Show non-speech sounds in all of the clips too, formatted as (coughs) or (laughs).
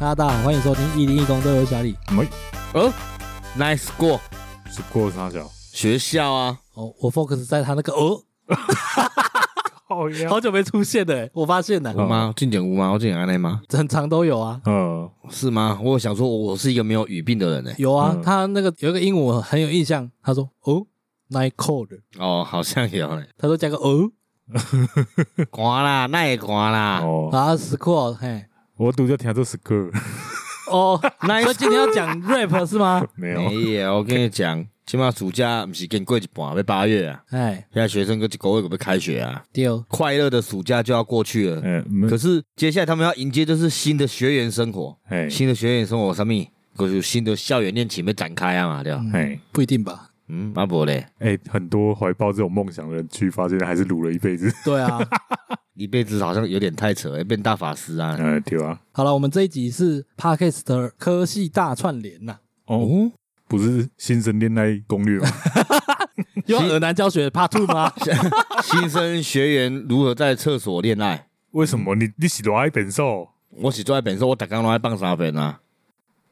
大家好，欢迎收听一零一公队，我是小李。呃，nice 过是过啥小？学校啊，哦，我 focus 在他那个哦，好呀，好久没出现了，欸我发现了，哦有吗？进简无吗？我进简安内吗？很常都有啊，嗯，是吗？我想说，我是一个没有语病的人呢。有啊，嗯他那个有一个英文我很有印象，他说哦，night cold，哦，好像有 (laughs) 呢。他说加个哦寒啦，那也寒啦。哦，啊 s c o o l 嘿，我读就听这首歌， (laughs) 哦，所以今天要 (laughs) 讲 rap 是吗？ (laughs) 没有，没有，我跟你讲，起码暑假不是跟过一半，要八月啊。哎，现在学生跟狗月要开学啊，丢，快乐的暑假就要过去了。嗯，没可是接下来他们要迎接就是新的学员生活，哎新的学员生活上面，就是新的校园恋情被展开啊嘛，对吧？哎不一定吧？嗯，阿伯嘞，哎，很多怀抱这种梦想的人去，发现还是卤了一辈 (laughs) 子，对 (laughs) 啊，一辈子好像有点太扯了，变大法师啊。哎，对啊，好了，我们这一集是 podcast 科系大串联呐、哦，哦，不是新生恋爱攻略吗？ (laughs) 有尔南教学 part two 吗？新生学员如何在厕所恋爱？为什么你你喜多爱本兽？我是做在本说，我打刚都在棒沙粉啊。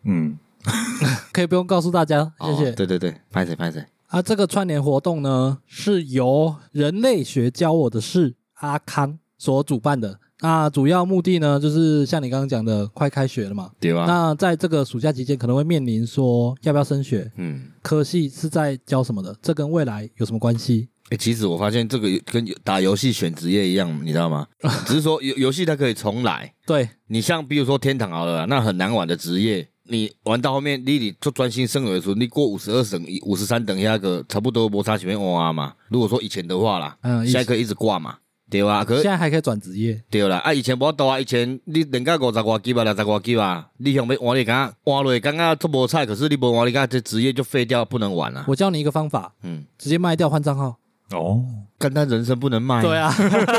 嗯， (laughs) 可以不用告诉大家，谢谢。哦对对对，拍谁拍谁。啊，这个串联活动呢，是由人类学教我的事阿康所主办的。那主要目的呢，就是像你刚刚讲的，快开学了嘛。对啊吧？那在这个暑假期间，可能会面临说要不要升学，嗯，科系是在教什么的，这跟未来有什么关系？哎，其实我发现这个跟打游戏选职业一样，你知 (laughs) 道吗？只是说游游戏它可以重来。对，你像比如说天堂好了啦，那很难玩的职业，你玩到后面，你你就专心升维的时候，你过五十二等、五十三等下个差不多摩擦前面哇嘛。如果说以前的话啦，嗯，下一个一直挂嘛，对吧？可现是在还可以转职业，对啦，啊，以前无多啊，以前你人家五十外级吧，六十外级吧，你想要换你敢换落，感觉做无菜，可是你无换你敢这职业就废掉，不能玩啊。我教你一个方法，嗯，直接卖掉换账号。哦，干他人生不能卖、对，啊，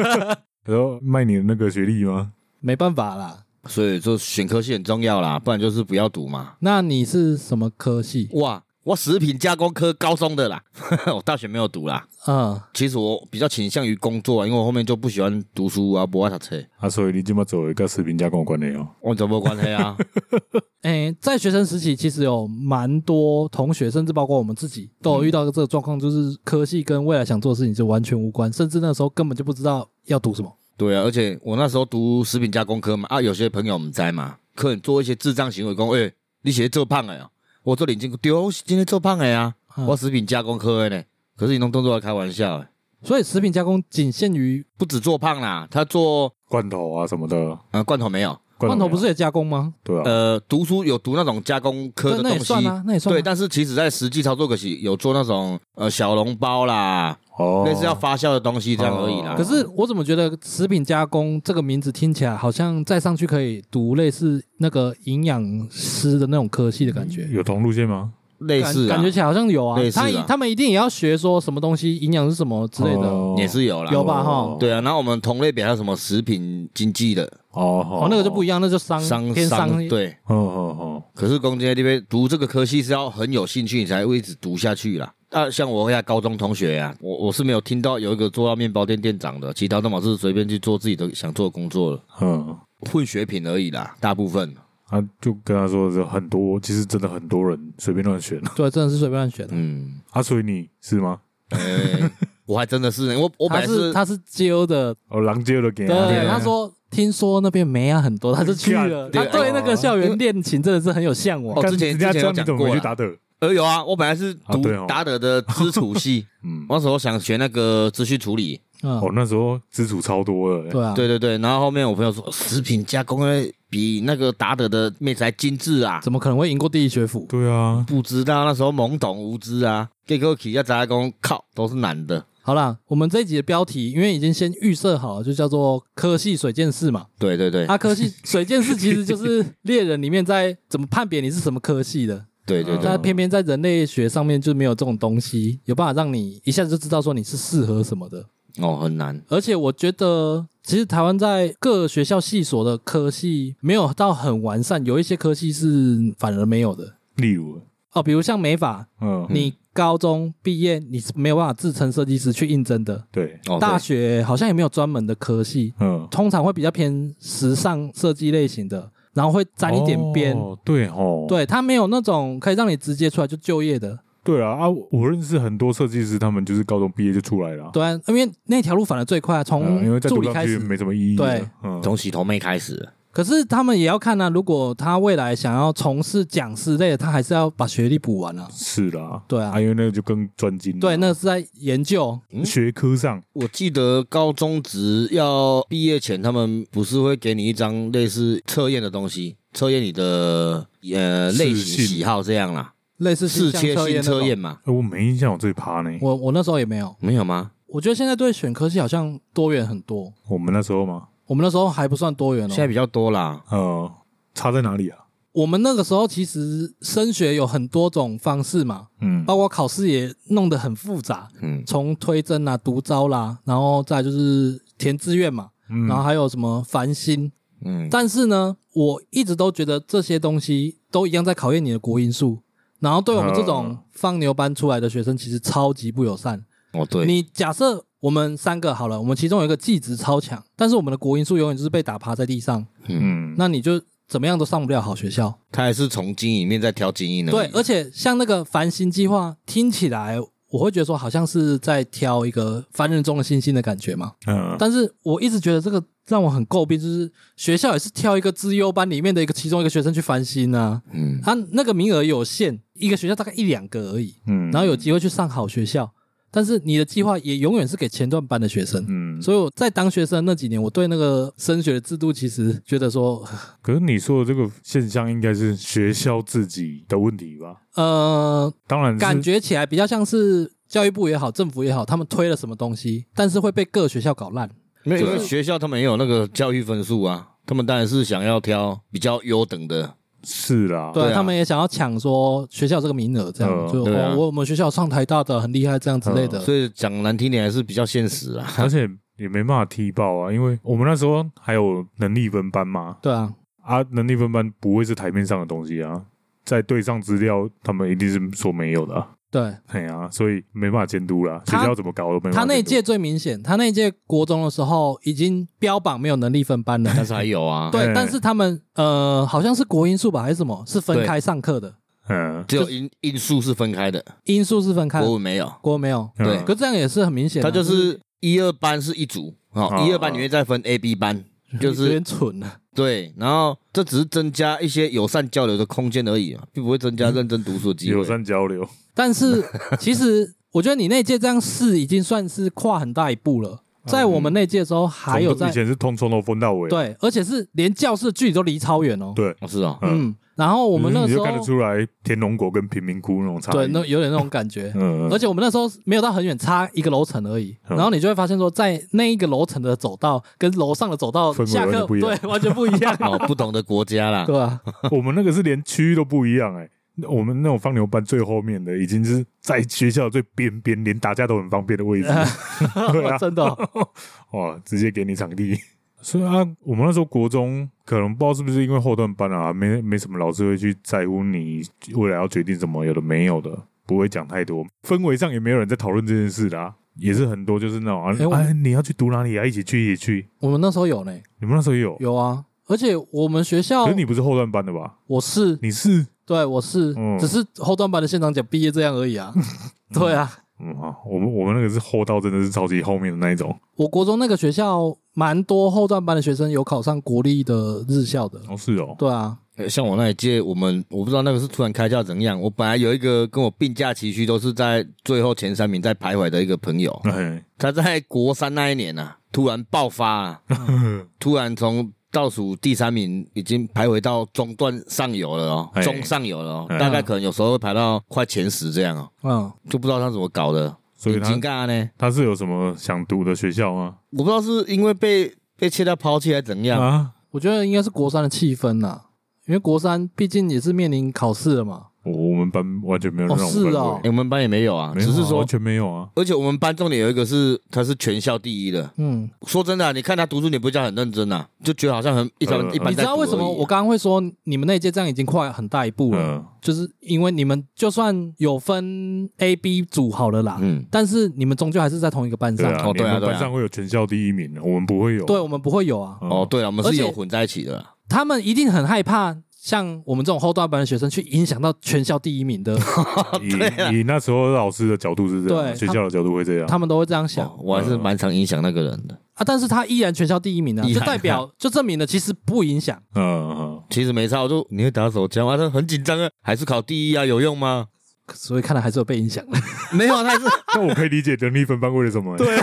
他说卖你的那个学历吗？没办法啦。所以就选科系很重要啦，不然就是不要读嘛。那你是什么科系？哇，我食品加工科高中的啦， (laughs) 我大学没有读啦。嗯，其实我比较倾向于工作啊，因为我后面就不喜欢读书啊，不爱读册，啊，所以你这么走一个食品加工有关的哦，完全没关系啊。诶，在学生时期，其实有蛮多同学，甚至包括我们自己，都有遇到这个状况，就是科系跟未来想做的事情就完全无关，甚至那时候根本就不知道要读什么。对啊，而且我那时候读食品加工科嘛，啊，有些朋友我们在嘛，客人做一些智障行为，讲，诶、你写做胖了、哦，我做领巾对哦，我是今天做胖了呀、嗯我食品加工科的呢，可是你弄动作来开玩笑的，所以食品加工仅限于不止做胖啦，他做罐头啊什么的，呃罐头没有，罐哦头，不没有是也加工吗？对啊，呃，读书有读那种加工科那的那也东西，算啊，那也算、啊。对，但是其实在实际操作可是有做那种呃小笼包啦，哦，类似要发酵的东西这样而已啦。哦可是我怎么觉得食品加工这个名字听起来好像再上去可以读类似那个营养师的那种科系的感觉？有同路线吗？嗯类感似啊感觉起来好像有啊类，似他啊他们一定也要学说什么东西营养是什么之类的。哦也是有啦，有吧哦齁对啊，然后我们同类别还有什么食品经济的哦，哦，那个就不一样，样。那就商商偏商商对。哦哦可是公今这边读这个科系是要很有兴趣，你才会一直读下去啦。啊，像我下高中同学呀、我我是没有听到有一个做到面包店店长的，其他都嘛是随便去做自己的想做的工作了，哦，嗯，混血品而已啦，大部分。啊，就跟他说是很多，其实真的很多人随便乱选对，真的是随便乱选的。 (laughs) 嗯，啊，所以你是吗？欸、我还真的是，我我本他来是他是揪的，哦，狼藉了给他，对，啊他说听说那边梅啊很多，他就去了。他干对那个校园恋情真的是很有向往哦。干之前人家这之前有样你讲怎么啊过没啦去打的？呃有啊，我本来是啊读对哦达德的基础 (laughs) 系，嗯，那时候想学那个资讯处理，嗯，哦，那时候资主超多的，对啊，对对对，然后后面我朋友说食品加工诶比那个达德的妹子还精致啊，怎么可能会赢过地理学府？对啊，不知道那时候懵懂无知啊，结果起要杂工靠都是男的，好啦，我们这一集的标题，因为已经先预设好了，就叫做科系水剑士嘛。对对对、啊，科系水剑士其实就是猎人里面在怎么判别你是什么科系的，对对对，但偏偏在人类学上面就没有这种东西，有办法让你一下子就知道说你是适合什么的。哦很难，而且我觉得，其实台湾在各学校系所的科系没有到很完善，有一些科系是反而没有的例如，哦，比如像美法，嗯，你高中毕业你是没有办法自称设计师去应征的，对，哦大对学好像也没有专门的科系，嗯，通常会比较偏时尚设计类型的。然后会沾一点边。哦对哦，对，它没有那种可以让你直接出来就就业的，对啊啊！我认识很多设计师，他们就是高中毕业就出来了啊，对啊，因为那条路反而最快啊，嗯因为从再助读理上开去始。没什么意义了。对嗯，从洗头妹开始，可是他们也要看啊，如果他未来想要从事讲师类的，他还是要把学历补完啊。是啦，对啊哎啊，因为那个就更专精了。对，那是嗯在研究，学科上我记得高中职要毕业前，他们不是会给你一张类似测验的东西，测验你的呃是类型性喜好这样啦，类似性试向切性验测那验种。嘛，哎，我没印象有这一趴呢。我我那时候也没有，没有吗？我觉得现在对选科系好像多元很多。我们那时候嘛，我们那时候还不算多元现在哦，比较多啦，呃，差在哪里啊？我们那个时候其实升学有很多种方式嘛，嗯，包括考试也弄得很复杂，嗯，从推甄啦、独招啦，然后再就是填志愿嘛，嗯然后还有什么繁星。嗯，但是呢，我一直都觉得这些东西都一样在考验你的国因素。然后对我们这种嗯放牛班出来的学生，其实超级不友善。哦对，你假设我们三个好了，我们其中有一个技职超强，但是我们的国因素永远就是被打趴在地上，嗯，那你就怎么样都上不了好学校。他还是从精英里面再挑精英的，对，而且像那个繁星计划，听起来我会觉得说好像是在挑一个凡人中的星星的感觉嘛。嗯，但是我一直觉得这个让我很诟病，就是学校也是挑一个资优班里面的一个其中一个学生去翻新啊，嗯，他那个名额有限，一个学校大概一两个而已，嗯，然后有机会去上好学校，但是你的计划也永远是给前段班的学生。嗯，所以我在当学生那几年，我对那个升学的制度其实觉得说，可是你说的这个现象，应该是学校自己的问题吧？呃，当然是，感觉起来比较像是教育部也好，政府也好，他们推了什么东西，但是会被各学校搞烂。没有，因就是为学校他们也有那个教育分数啊，他们当然是想要挑比较优等的，是啦，对对啊他们也想要抢说学校这个名额，这样嗯就对啊嗯哦我我们学校上台大的很厉害，这样之类的。所以讲难听点还是比较现实 (laughs) 啊。而且也没办法踢爆啊，因为我们那时候还有能力分班嘛，对啊，啊，能力分班不会是台面上的东西啊，在对上资料，他们一定是说没有的、啊。对嗯哎呀、所以没办法监督啦，学他校怎么搞都没办法监督。他那一届最明显，他那一届国中的时候已经标榜没有能力分班 (laughs) 了。但是还有啊，对哎，但是他们呃，好像是国因素吧，还是什么，是分对开上课的，嗯，只有因因素是分开的，因素是分开，国文没有，国没有，嗯对可这样也是很明显啊，他就是一二班是一组，哦，嗯一二班里面再分 A、B (laughs) 班，就有是点蠢啊。对，然后这只是增加一些友善交流的空间而已嘛，并不会增加认真读书的机 (laughs) 友会。善交流，但 (laughs) 是其实我觉得你那届这样试已经算是跨很大一步了，在我们那届的时候还有从在以前是通从头分到尾，对，而且是连教室距离都离超远哦。对，哦，是哦，，嗯嗯，然后我们那你时就候看得出来天龙国跟贫民窟那种差异。，对那有点那种感觉嗯， (laughs) 而且我们那时候没有到很远，差一个楼层而已。嗯然后你就会发现说，在那一个楼层的走道跟楼上的走道氛围下课完全不一样对完全不一样 (laughs) 哦，不同的国家啦，对啊吧？ (laughs) 我们那个是连区域都不一样哎、那我们那种放牛班最后面的，已经是在学校最边边，连打架都很方便的位置， (laughs) 对啊，真的哦 (laughs) 哇，直接给你场地。所以啊，我们那时候国中可能不知道是不是因为后段班啊，没没什么老师会去在乎你未来要决定什么，有的没有的，不会讲太多，氛围上也没有人在讨论这件事啦、啊也是很多就是那种啊，哎我哎，你要去读哪里啊，一起去，一起去。我们那时候有呢，你们那时候也有，有啊。而且我们学校可是，你不是后段班的吧？我是你是，对，我是嗯，只是后段班的现场讲毕业这样而已 (laughs) 啊。对啊，嗯啊，我们我们那个是后到真的是超级后面的那一种。我国中那个学校蛮多后段班的学生有考上国立的日校的。哦，是哦，对啊，呃像我那一届，我们我不知道那个是突然开窍怎样。我本来有一个跟我并驾齐驱，都是在最后前三名在徘徊的一个朋友，哎，他在国三那一年啊，突然爆发、啊，嗯突然从倒数第三名已经徘徊到中段上游了哦哎，中上游了哦，哎大概可能有时候会排到快前十这样哦，嗯，就不知道他怎么搞的，所以很他尴尬呢。他是有什么想读的学校吗？我不知道是因为被被切掉抛弃还是怎样，啊，我觉得应该是国三的气氛呐、因为国三毕竟也是面临考试了嘛。我我们班完全没有那种哦氛是围，哦哎我们班也没有啊，没有啊只是说完。全没有啊。而且我们班重点有一个是，他是全校第一的。嗯，说真的啊、你看他读书，你不叫很认真呐、啊就觉得好像很一般、呃一般在读而已啊。你知道为什么我刚刚会说你们那一届这样已经跨很大一步了？嗯，就是因为你们就算有分 A、B 组好了啦，嗯，但是你们终究还是在同一个班对上。啊，哦你对啊们对啊班上会有全校第一名的，我们不会有。对我们不会有啊。嗯哦，对了，我们而是且有混在一起的啦。他们一定很害怕像我们这种后段班的学生去影响到全校第一名 (laughs) 的，以以那时候老师的角度是这对样，学校的角度会这样。他们都会这样想哦我还是蛮常影响那个人的。啊。但是他依然全校第一名啊，依就然代表就证明了其实不影响。嗯嗯，其实没差，我就你会打手枪啊，他很紧张啊，还是考第一啊，有用吗？所以看来还是有被影响的。没有，他还是、那我可以理解能力分班为了什么？对，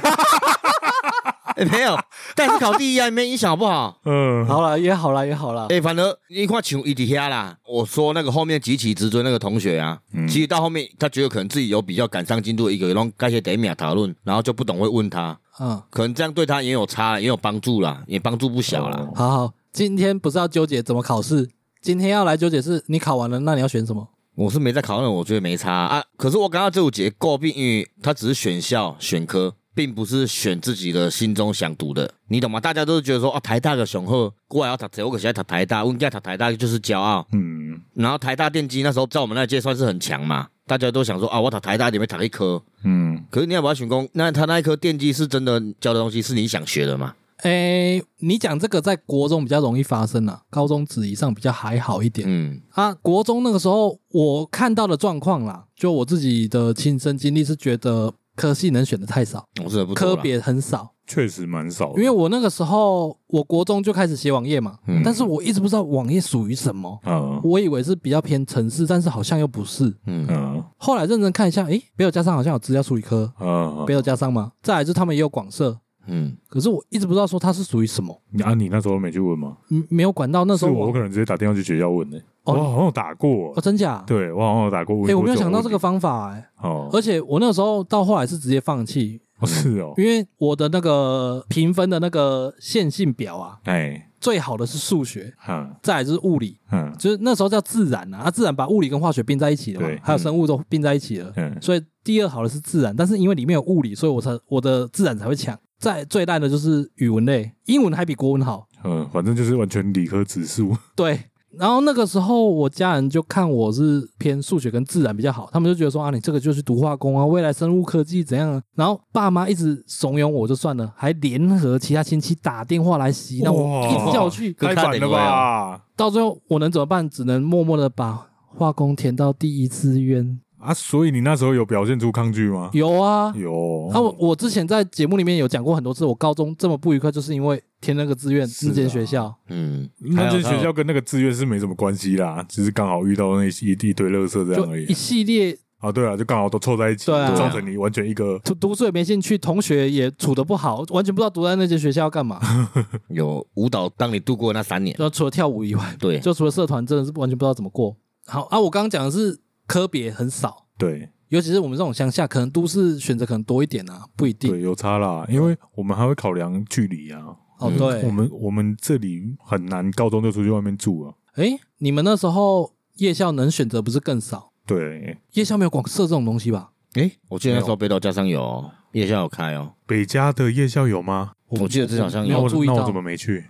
(laughs) 哎没有，但是考第一啊，没影响好 (laughs) 不好？嗯，好了，也好了，也好了。哎、反而你看像伊底下啦，我说那个后面急起直追那个同学啊，嗯其实到后面他觉得可能自己有比较赶上进度的一个，然后该些得秒讨论，然后就不懂会问他，嗯，可能这样对他也有差，也有帮助啦，也帮助不小啦。好好，今天不是要纠结怎么考试，今天要来纠结是你考完了，那你要选什么？我是没在考那，我觉得没差啊。啊可是我刚刚这有结诟病，因为他只是选校选科，并不是选自己的心中想读的，你懂吗？大家都是觉得说，哦，台大的雄厚，过来要读这，我可是要读台大，我应该读台大就是骄傲。嗯，然后台大电机那时候在我们那届算是很强嘛，大家都想说啊，我读台大里面读一科。嗯，可是你要把它选工，那他那一科电机是真的教的东西是你想学的吗？诶、你讲这个在国中比较容易发生啊，高中职以上比较还好一点、嗯，啊。国中那个时候我看到的状况啦，就我自己的亲身经历是觉得科系能选的太少，我真的不懂科啦，别很少。确实蛮少的，因为我那个时候我国中就开始写网页嘛，嗯但是我一直不知道网页属于什么，嗯我以为是比较偏城市，但是好像又不是。嗯嗯后来认真看一下，诶、没有加上好像有资料处理科，嗯没有加上吗？再来就是他们也有广设，嗯，可是我一直不知道说它是属于什么，啊，你那时候没去问吗？嗯，没有管到那时是候我，我我可能直接打电话去学校问的。我哦好像有打过哦，，真假？对我好像有打过。哎、我没有想到这个方法哎、哦，而且我那时候到后来是直接放弃，哦是哦， (laughs) 因为我的那个评分的那个线性表啊，哎，最好的是数学，哈，再来就是物理，嗯就是那时候叫自然啊，啊自然把物理跟化学并在一起了嘛对，还有生物都并在一起了，嗯所以第二好的是自然，但是因为里面有物理，所以我才我的自然才会强。再最烂的就是语文类，英文还比国文好，嗯，反正就是完全理科 (laughs) 指数，对，然后那个时候我家人就看我是偏数学跟自然比较好，他们就觉得说啊，你这个就去读化工啊，未来生物科技怎样、啊？然后爸妈一直怂恿我就算了，还联合其他亲戚打电话来洗脑我，哇一直叫我去。跟太他反等了位啊？吧？到最后我能怎么办？只能默默的把化工填到第一志愿。啊，所以你那时候有表现出抗拒吗？有啊。有啊，我我之前在节目里面有讲过很多次，我高中这么不愉快，就是因为填那个志愿是啊那间学校。嗯，那间还有学校跟那个志愿是没什么关系啦，只是刚好遇到那一一堆垃圾这样就而一已。系列啊，对啊，就刚好都凑在一起，对啊就造成你完全一个读读书也没兴趣，同学也处的不好，完全不知道读在那间学校要干嘛。 (laughs) 有舞蹈当你度过那三年，就除了跳舞以外，对，就除了社团，真的是完全不知道怎么过。好啊，我刚刚讲的是科别很少，对尤其是我们这种乡下，可能都市选择可能多一点啊，不一定对有差啦，因为我们还会考量距离啊。哦。嗯对我，们我们这里很难高中就出去外面住啊。哎，你们那时候夜校能选择不是更少？对，夜校没有广设这种东西吧？诶，我记得那时候北岛家上有哦夜校有开哦，北加的夜校有吗？我记得之前好像没那有有，我注意那到我怎么 (laughs) 没去？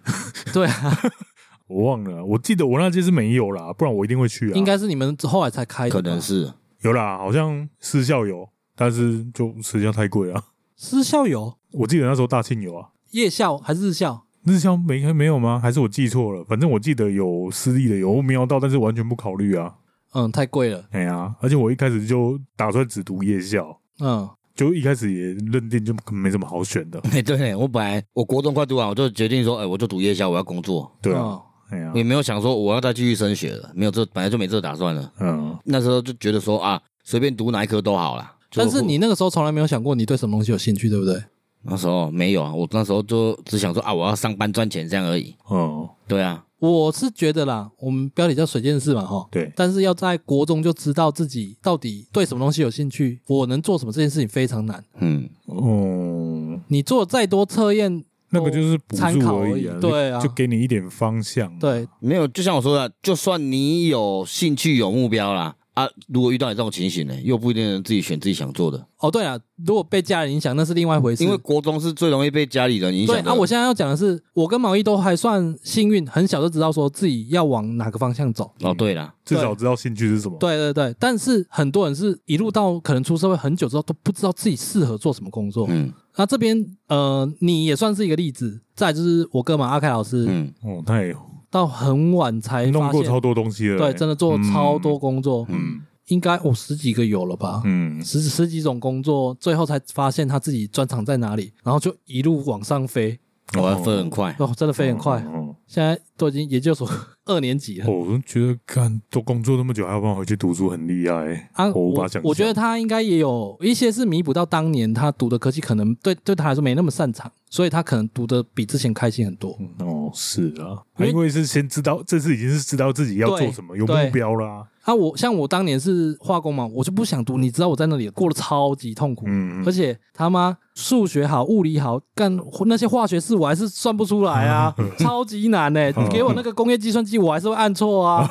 对啊， (laughs) 我忘了，我记得我那届是没有啦，不然我一定会去啊。应该是你们后来才开的吧，可能是 (laughs) 有啦，好像私校有，但是就私校太贵了。私校有我记得那时候大庆有啊，夜校还是日校？日校没没有吗？还是我记错了？反正我记得有私立的有我瞄到，但是完全不考虑啊。嗯，太贵了。哎呀，而且我一开始就打算只读夜校，嗯，就一开始也认定就没什么好选的。哎，对我本来我国中快读完，我就决定说，哎，我就读夜校，我要工作，对啊，嗯哎呀也，没有想说我要再继续升学了，没有这本来就没这打算了。嗯，那时候就觉得说啊，随便读哪一科都好啦。就但是你那个时候从来没有想过你对什么东西有兴趣，对不对？那时候没有啊，我那时候就只想说啊，我要上班赚钱这样而已。哦，对啊，我是觉得啦，我们标题叫水见事嘛，哈，对，但是要在国中就知道自己到底对什么东西有兴趣，我能做什么这件事情非常难。嗯，哦，你做再多测验，那个就是补参考助而而已已啊，对啊就给你一点方向。，对，没有，就像我说的，就算你有兴趣有目标啦，啊，如果遇到你这种情形呢，又不一定能自己选自己想做的，哦对了，如果被家人影响那是另外一回事。因为国中是最容易被家里人影对响的。啊，我现在要讲的是，我跟毛衣都还算幸运，很小就知道说自己要往哪个方向走。哦，对啦，至少知道兴趣是什么。对对对，但是很多人是一路到可能出社会很久之后都不知道自己适合做什么工作。嗯那这边呃，你也算是一个例子。再来就是我哥嘛，阿凯老师，嗯，哦，他也到很晚才弄发过现，超多东西了、对，真的做超多工作，嗯，应该我、哦、十几个有了吧，嗯嗯，十十几种工作，最后才发现他自己专长在哪里，然后就一路往上飞，我要分很快，哦，真的飞很快，哦，现在都已经研究所 (laughs) 二年级了。哦我都觉得干都工作那么久，还有办法回去读书，很厉害。啊，哦我无法我想象我觉得他应该也有一些是弥补到当年他读的科技可能对对他来说没那么擅长，所以他可能读的比之前开心很多。哦，是啊，因为因为是先知道，这次已经是知道自己要对做什么，有对目标啦。啊，我像我当年是化工嘛，我就不想读，你知道我在那里过得超级痛苦，嗯，而且他妈数学好、物理好，干那些化学式我还是算不出来啊，超级难呢、嗯你给我那个工业计算机，我还是会按错啊，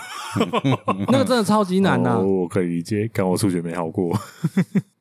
那个真的超级难啊呐、哦我可以理解，干我数学没好过。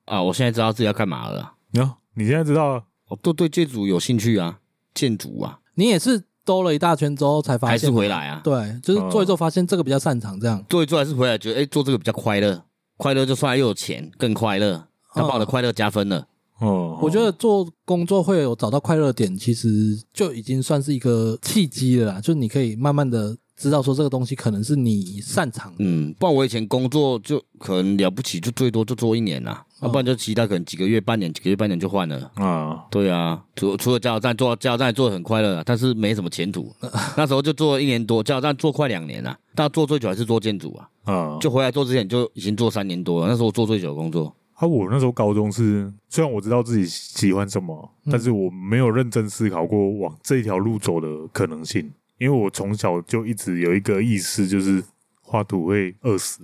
啊，我现在知道自己要干嘛了啊，然后你现在知道了，我都哦对建筑有兴趣啊，建筑啊，你也是兜了一大圈之后才发还是现，回来啊，对，就是做一做发现这个比较擅长这样。做一做还是回来，觉得哎、做这个比较快乐，快乐就算了又有钱，更快乐，他把我的快乐加分了。哦，我觉得做工作会有找到快乐的点，其实就已经算是一个契机了啦。就你可以慢慢的知道说这个东西可能是你擅长的。嗯，不然我以前工作就可能了不起，就最多就做一年啦、要、嗯不然就其他可能几个月、半年、几个月、半年就换了。啊，对啊，除除了加油站做加油站做的很快乐啊，但是没什么前途。那时候就做了一年多，加油站做快两年了、但做最久还是做建筑啊。啊，就回来做之前就已经做三年多了，那时候我做最久的工作。啊，我那时候高中是，虽然我知道自己喜欢什么，嗯但是我没有认真思考过往这条路走的可能性，因为我从小就一直有一个意识，就是画图会饿死。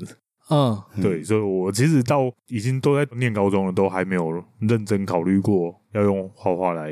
嗯，嗯对，所以我其实到已经都在念高中了，都还没有认真考虑过要用画画来。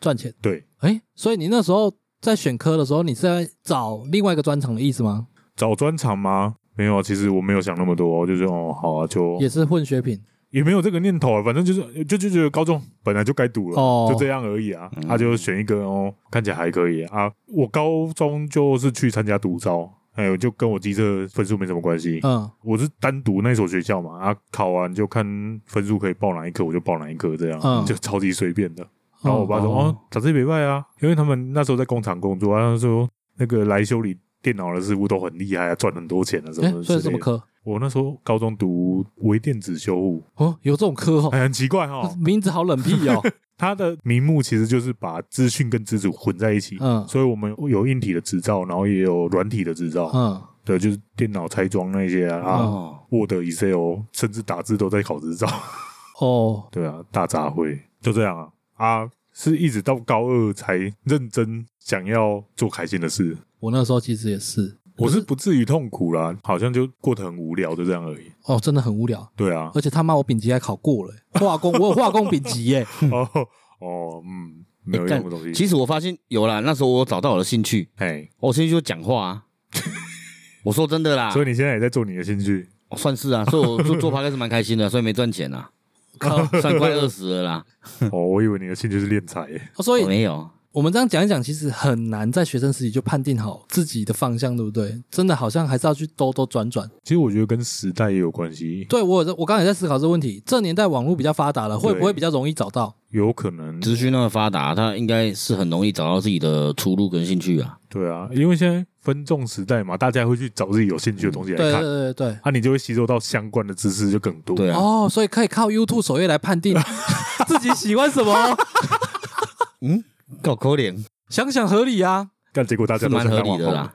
赚钱。对，哎，所以你那时候在选科的时候，你是在找另外一个专长的意思吗？找专场吗？没有啊，其实我没有想那么多，我就是哦，好啊，就也是混血品。也没有这个念头啊，反正就是就就觉得高中本来就该读了，哦就这样而已啊。他、嗯就选一个哦，看起来还可以啊。我高中就是去参加独招，还有就跟我机测分数没什么关系。嗯，我是单独那所学校嘛，啊，考完就看分数可以报哪一科，我就报哪一科，这样、嗯就超级随便的。然后我爸说：“哦哦，打字没败啊，因为他们那时候在工厂工作啊。”他说：“那个来修理电脑的师傅都很厉害啊，赚很多钱啊，什哎么，之所类以是的。什么科？我那时候高中读微电子修护，哦，有这种科哦，。哎，很奇怪哦 (laughs) 名字好冷僻 (laughs) 哦。它的名目其实就是把资讯跟资主混在一起，嗯所以我们有硬体的执照，然后也有软体的执照，嗯，对，就是电脑拆装那些啊啊哦， ，Word、Excel，甚至打字都在考执照。 (laughs) 哦，对啊，大杂烩就这样啊啊，是一直到高二才认真想要做开心的事。我那时候其实也是，我是不至于痛苦啦，好像就过得很无聊，就这样而已。哦，真的很无聊。对啊，而且他妈我丙级还考过了，欸化工我有化工丙级耶。 (laughs) (laughs) 哦哦，嗯，没有用哎干的东西。其实我发现有啦，那时候我找到我的兴趣，哎，我兴趣就讲话啊。 (laughs) 我说真啊的啦，所以你现在也在做你的兴趣，哦算是啊，所以我做做 p 开是蛮开心的，所以没赚钱 (laughs) 啊，靠算快二十了啦。哦，我以为你的兴趣是练财耶。哦所以我没有，我们这样讲一讲，其实很难在学生时期就判定好自己的方向，对不对？真的好像还是要去兜兜转转。其实我觉得跟时代也有关系，对我有在，我刚才也在思考这个问题：这年代网络比较发达了，会不对会比较容易找到？有可能资讯那么发达，他应该是很容易找到自己的出路跟兴趣啊。对啊，因为现在分众时代嘛，大家会去找自己有兴趣的东西对对来看，对对对。啊，你就会吸收到相关的知识就更多。对啊，哦，所以可以靠 YouTube 首页来判 (laughs) 定自己喜欢什么， (laughs) 搞可怜想想合理啊。但结果大是家都蛮想合当理网的红啦。。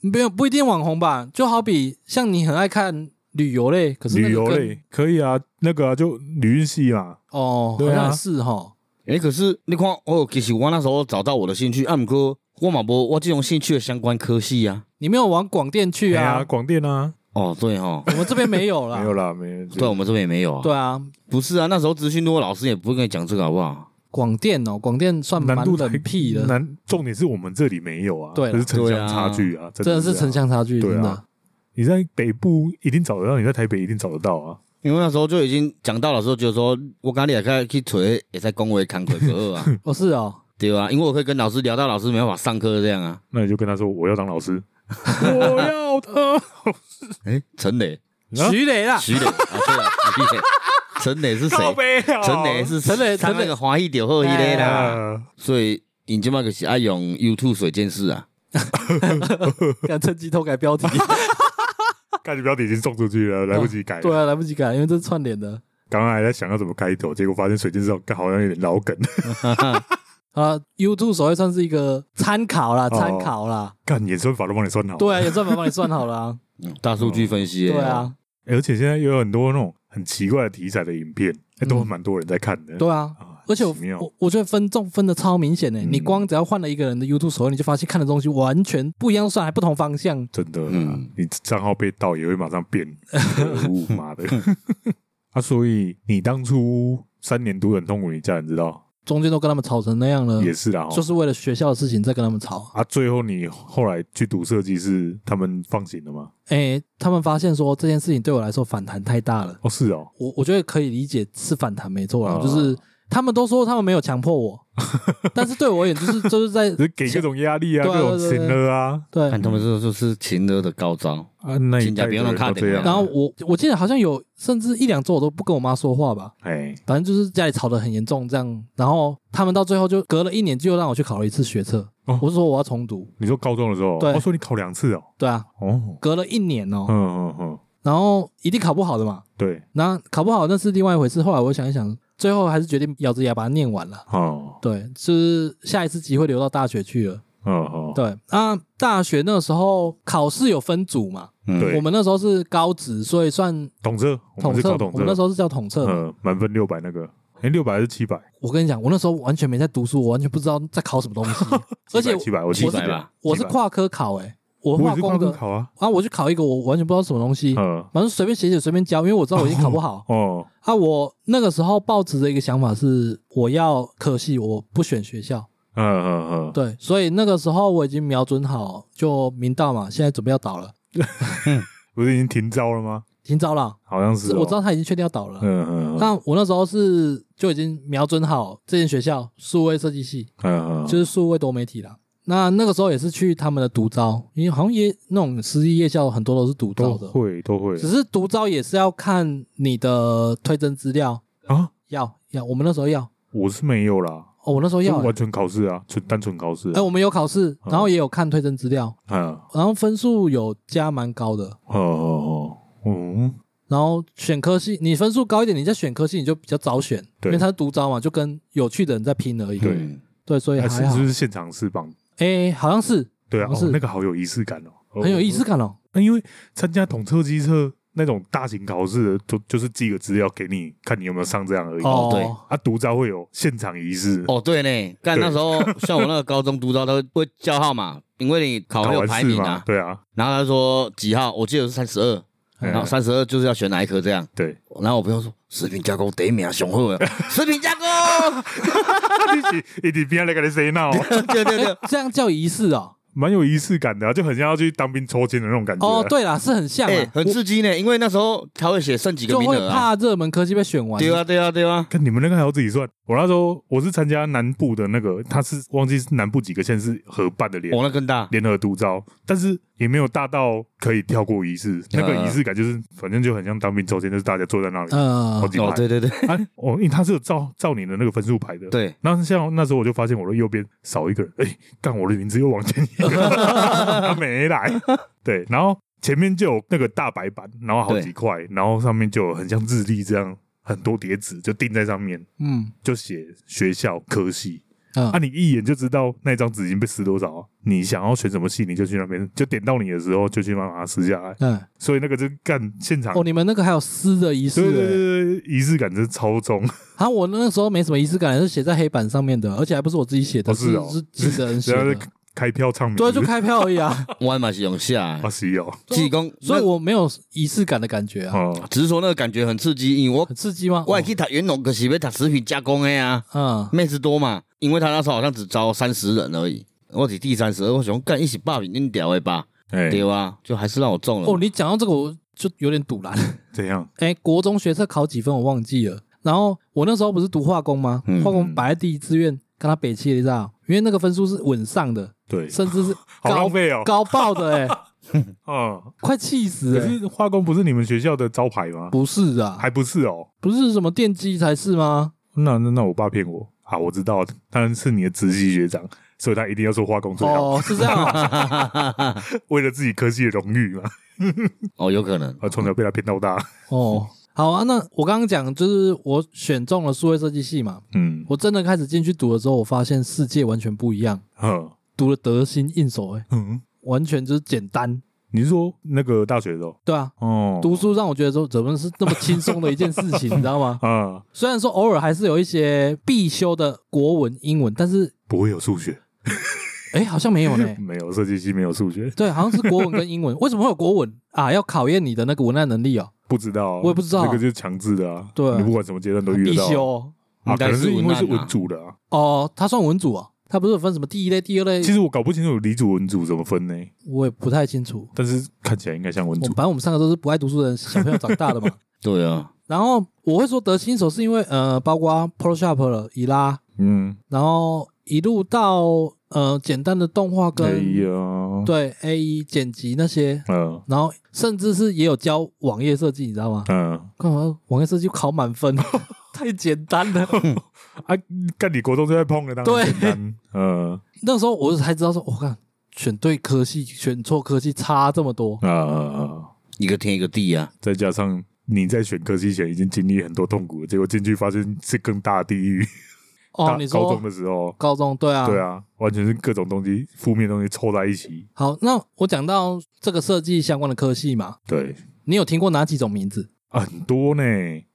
没有不一定网红吧，就好比像你很爱看旅游类，可是那个旅游跟类可以啊，那个啊就旅运系嘛，哦，好对啊像也是哈。诶，可是你看，哦，其实我那时候找到我的兴趣，啊，不过我嘛无我这种兴趣的相关科系啊。你没有往广电去哎呀啊？广电啊，哦，对哦，我们这边没有 (laughs) 没啦。有啦，没有。对，我们这边也没有啊。对啊，不是啊，那时候资讯多，老师也不会跟你讲这个，好不好？广电哦，广电算蛮难度冷僻的，难重点是我们这里没有啊，对啦这是城对乡啊差距啊，真的是这样城。乡差距，对啊真 (laughs) 的。你在北部一定找得到，你在台北一定找得到啊。因为那时候就已经讲到，老师就觉得说，我刚才也开去锤，也在恭维康奎格二啊，哦，是哦，对吧、因为我可以跟老师聊到老师没办法上课这样啊。那你就跟他说我要当老 (laughs) 师，我要当。诶，陈磊，啊徐磊 (laughs) 啦，徐磊啊，对啊，徐磊，陈磊是谁？背啊陈磊是陈磊上陈磊那个华裔屌后一类啦，啊所以尹金麦克是爱用 YouTube 水电视啊，敢趁机偷改标题，啊看你标题已经送出去 (laughs) 了，来不及改了。对啊，来不及改，因为这是串联的。刚刚还在想要怎么开头，结果发现水晶之手好像有点老梗。 (laughs) 啊，YouTube 手绘算是一个参考啦，哦参考啦，干演算法都帮你算好，对啊，也算法帮你算好了 (laughs) 啊，嗯大数据分析、对，啊，哎而且现在也有很多那种很奇怪的题材的影片，哎，都嗯蛮多人在看的。对啊。啊，而且我奇妙我我觉得分众分的超明显呢、嗯你光只要换了一个人的 YouTube 手绘，你就发现看的东西完全不一样，算还不同方向。真的，啊嗯你账号被盗也会马上 (laughs) 变，呜妈的！啊，所以你当初三年读得很痛苦，你家人知道中间都跟他们吵成那样了，也是啦哦。就是为了学校的事情在跟他们吵。啊，最后你后来去读设计是他们放行了吗？哎、他们发现说这件事情对我来说反弹太大了，哦，是哦，我我觉得可以理解是反弹没错啦，哦就是他们都说他们没有强迫 (laughs) 我，但是对我而言就是就是在就是给各种压力啊，对啊各种对情对了啊，对看他们这就是情勒的高招，啊，那一请假代不要的弄人卡都点这啊样啊，然后我我记得好像有甚至一两周我都不跟我妈说话吧，哎，反正就是家里吵得很严重这样。然后他们到最后就隔了一年就让我去考了一次学测，哦我是说我要重读，你说高中的时候，对我说你考两次哦，对啊，哦，隔了一年哦，嗯嗯嗯，然后一定考不好的嘛，对，那考不好那是另外一回事。后来我想一想，最后还是决定咬着牙把它念完了。哦，对，就是下一次机会留到大学去了。嗯哦，对，那大学那时候考试有分组嘛，嗯对我们那时候是高职，所以算统测，我统们是测，考我统们那时测，候是叫统测嘛。嗯，满分六百那个，哎，六百还是七百？我跟你讲，我那时候完全没在读书，我完全不知道在考什么 (laughs) 东西，而且七百，我七记我是得百吧，我是700跨科考、欸，我我化也是跨工科的，考啊，啊，我去考一个我完全不知道什么东西，嗯，反正随便写写随便教，因为我知道我已经考不好、哦，啊。我那个时候抱持的一个想法是，我要科系，我不选学校，嗯嗯嗯，对，所以那个时候我已经瞄准好，就明道嘛，现在准备要倒了，不是已经停招了吗？已经招了，好像是是哦，我知道他已经确定要倒了。嗯，嗯嗯那我那时候是就已经瞄准好这间学校数位设计系，嗯嗯，就是数位多媒体啦。那那个时候也是去他们的独招，因为好像也那种私立夜校很多都是独招都的，会啊都会只是独招也是要看你的推甄资料，啊，要要，我们那时候要，我是没有啦，哦，我那时候就要、完欸，全考试啊，纯单纯考试哎、，我们有考试，嗯然后也有看推甄资料，嗯，然后分数有加蛮高的，哦哦哦，嗯，然后选科系，你分数高一点，你在选科系你就比较早选，对因为它是独招嘛，就跟有趣的人在拼而已，对嗯对所以还还啊是好就，是现场试榜，哎、好像是对啊，不哦是那个好有仪式感哦，哦很有意思感哦，那因为参加统测机测那种大型考试的，就就是寄个资料给你，看你有没有上这样而已。哦，对啊，独招会有现场仪式，哦，对呢，干对那时候像我那个高中督招，他会叫号码，因为你考考完有完排试名嘛啊，，对啊，然后他说几号，我记得是三十二，嗯然后三十二就是要选哪一科这样。 (laughs) 对，然后我朋友说：“食品加工第一名雄厚 (laughs) 啊，食品加工。一起一起啊边那个人 say no，” 对对哎、对，这样叫仪式哦，蛮有仪式感的、啊，就很像要去当兵抽签的那种感觉。哦，，对啦，是很像啊，哎，很刺激呢，因为那时候他会写剩几个就名会额啊。怕热门科技被选完，对啊，对啊，对啊，看你们那个还要自己算。我那时候我是参加南部的那个，他是忘记是南部几个县是合办的联哦我那更大。联合独招，但是也没有大到可以跳过仪式。那个啊仪式感就是，反正就很像当兵抽签，就是大家坐在那里，嗯， (laughs) 好几排哦，。对对对哎，哦，因为他是有照照你的那个分数排的。。对，那像那时候我就发现我的右边少一个人，哎、干我的名字又往前移了， (laughs) 他没来。对，然后前面就有那个大白板，然后好几块，然后上面就有很像日历这样很多叠纸，就钉在上面，嗯就写学校科系。嗯啊，你一眼就知道那张纸已经被撕多少啊、你想要选什么系，你就去那边，就点到你的时候就去慢慢把它撕下来。嗯，所以那个就干现场，哦，你们那个还有诗的仪式、对欸，对对对，对仪式感真是超重。啊，我那时候没什么仪式感，是写在黑板上面的，而且还不是我自己写的，哦是是哦是记者人写然后的 (laughs) 就，开票唱名字，对，啊就开票而已 (laughs) 啊，我嘛是用 (laughs) 下啊，，是哦，技工，所以那我没有仪式感的感觉啊，哦，只是说那个感觉很刺激，因为我很刺激吗？哦我也去读元农，可是要读食品加工的呀、嗯，妹子多嘛，因为他那时候好像只招三十人而已，我是第三十二，我想干一起霸屏恁屌的吧，哎，对啊，就还是让我中了。哦，你讲到这个我就有点堵然，怎样？哎，国中学测考几分我忘记了，然后我那时候不是读化工吗？嗯化工摆在第一志愿，跟他北七了，你知道，因为那个分数是稳上的，对，甚至是好高浪费哦。高爆的、 (laughs) 哎，嗯，快气死可了、哎是化工不是你们学校的招牌吗？不是啊，还不是哦。不是什么电机才是吗？那那那我爸骗我啊！我知道，当然是你的直系学长，所以他一定要说化工最好，哦，是这 (laughs) 样啊，为了自己科系的荣誉嘛。 (laughs) 哦，有可能啊，从小被他骗到大，哦，好啊。那我刚刚讲就是我选中了数位设计系嘛， (laughs) 嗯，我真的开始进去读的时候，我发现世界完全不一样，呵，读了得心应手、欸，哎，嗯，完全就是简单，你是说那个大学的时候？对啊。哦，读书让我觉得说怎么是那么轻松的一件事 (laughs) 情，你知道吗？啊，虽然说偶尔还是有一些必修的国文、英文，但是不会有数学，哎、好像没有 (laughs) 呢。没有设计系没有数学，对，好像是国文跟英文。为什么会有国文啊？要考验你的那个文案能力哦，不知道啊，我也不知道这个就是强制的啊，对你不管什么阶段都遇必得到修啊哦。啊，应可该能是是因为是文案啊文组的啊。哦，他算文组哦，他不是有分什么第一类、第二类？其实我搞不清楚理组文组怎么分呢，我也不太清楚。但是看起来应该像文我组们。反正我们三个都是不爱读书的人小朋友长大的 (laughs) 嘛。对啊，然后我会说得新手是因为呃，包括 Photoshop 了、以拉，嗯，然后一路到呃简单的动画哎跟呀，对 A E 剪辑那些，嗯然后甚至是也有教网页设计，你知道吗？嗯，干嘛网页设计考满 (laughs) 分？太简单了。啊，干你国中就在碰了，当然对简单。嗯那时候我才知道说，我、看选对科系，选错科系差这么多。啊啊，啊一个天一个地啊，再加上你在选科系前已经经历很多痛苦了，结果进去发现是更大的地狱。哦大，你说高中的时候，高中对啊，对。啊，完全是各种东西负面的东西凑在一起。好，那我讲到这个设计相关的科系嘛，对，你有听过哪几种名字？啊很多呢。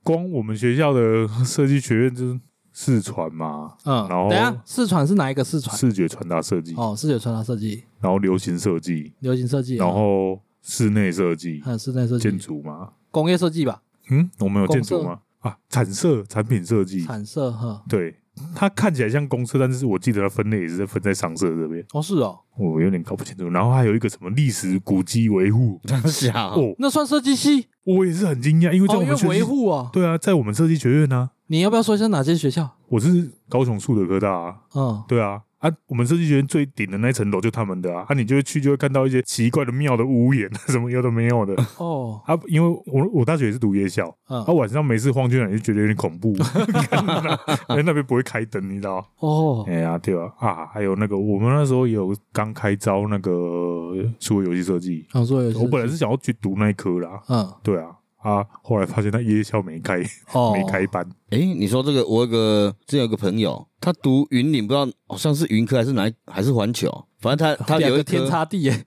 光我们学校的设计学院就是视传嘛，嗯，然后等一下视传是哪一个视传？视觉传达设计，哦，视觉传达设计、然后流行设计，流行设计，然后室内设计、还有室内设建计、筑嘛。工业设计吧，嗯，我们有公建筑社吗？啊，产设、产品设计，产设嗯哈。对，它看起来像公社，但是我记得它分类也是在分在商社这边，哦，是哦，我有点搞不清楚。然后还有一个什么历史古迹维护，真小哦，那算设计系我也是很惊讶，因为在啊哦，我因为们设计维，护哦。对啊，在我们设计学院呢、你要不要说一下哪些学校？我是高雄树德科大、啊，嗯，对啊。啊，我们设计学院最顶的那一层楼就他们的啊，啊，你就会去就会看到一些奇怪的庙的屋檐， (laughs) 什么有的没有的哦，啊。因为我我大学也是读夜校，嗯啊，，晚上没事晃去那里就觉得有点恐怖， (laughs) 因为那边不会开灯，你知道吗？哦，哎呀，对啊，啊，还有那个，我们那时候有刚开招那个数位游戏设计，想说有，我本来是想要去读那一科啦，嗯对啊，啊，后来发现那夜校没开，哦没开班，哎，你说这个，我有个之前有个朋友，他读云岭，不知道好像是云科还是哪一还是环球，反正他他哦两有一个天科，差地耶。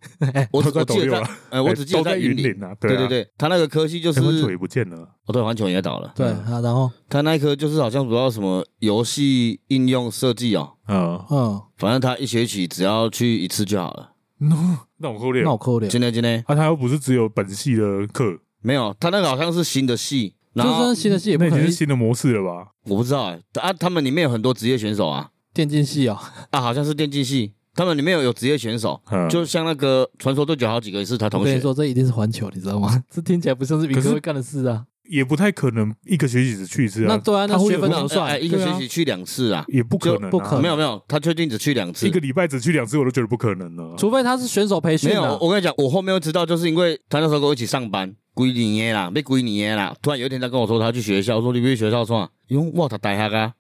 我只都在斗我记得六在啊，呃，我只记得都在在云岭，岭啊，对啊对，对，他那个科系就台湾球也是，不见了，哦对，环球也倒了，对，嗯啊然后他那一科就是好像主要什么游戏应用设计哦，嗯， (laughs) 嗯，反正他一学期只要去一次就好了。那我后那脸，我扣脸，今天今天啊，他又不是只有本系的课，没有，他那个好像是新的系，然就后算新的系也不那已可经能是新的模式了吧？我不知道哎、啊，他们里面有很多职业选手啊，电竞系哦，啊，好像是电竞系，他们里面有有职业选手，嗯，就像那个传说对决好几个也是他我同跟你学，说，这一定是环球，你知道吗？ (laughs) 这听起来不像是民可科是会干的事啊。也不太可能一个学期只去一次那啊，对啊，那他会学有分那怎么呃算呃？一个对学啊嗯期去两次啊，也不可就能啊，不可能没有没有，他确定只去两次一个。礼拜只去两次，我都觉得不可能了。除非他是选手培训没有，啊。我跟你讲，我后面会知道，就是因为他那时候跟我一起上班，归你耶啦，被归你耶啦。突然有一天他跟我说他去学校，我说你不去学校创，因为我他呆下噶，啊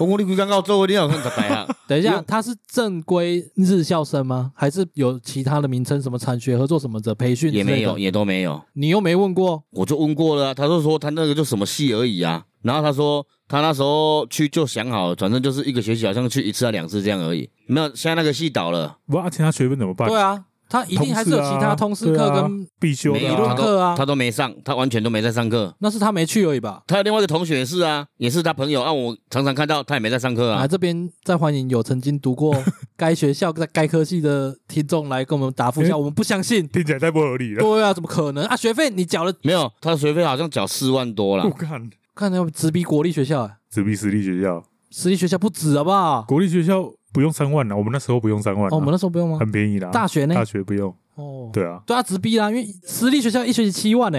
我讲你规刚到做，你好看他呆下。 (laughs) 等一因下，为他是正规日校生吗？还是有其他的名称，什么产学合作什么的培训之也类的没有，，也都没有。你又没问过我就问过了、啊，他就说他那个就什么戏而已啊。然后他说他那时候去就想好了，反正就是一个学期好像去一次啊两次这样而已。没有，现在那个戏倒了，不，而且他学分怎么办？对啊，他一定还是有其他通识课对跟啊必修没的理有论他啊都课啊他，都没上，他完全都没在上课。那是他没去而已吧？他有另外一个同学也是啊，也是他朋友啊，我常常看到他也没在上课啊，啊。这边再欢迎有曾经读 (laughs) 过该学校、在该科系的听众来跟我们答复一下，诶我们不相 (laughs) 信。听起来太不合理了。对啊，怎么可能啊？学费你缴了，没有，他的学费好像缴四万多啊啦我。看，看要直逼国立学校、欸，只比私立学校，私立学校不止好不好？国立学校不用三万了，我们那时候不用三万啊，哦，我们那时候不用吗？很便宜啦。大学呢？大学不用，哦，对啊，对啊，直逼啦，因为私立学校一学期七万呢、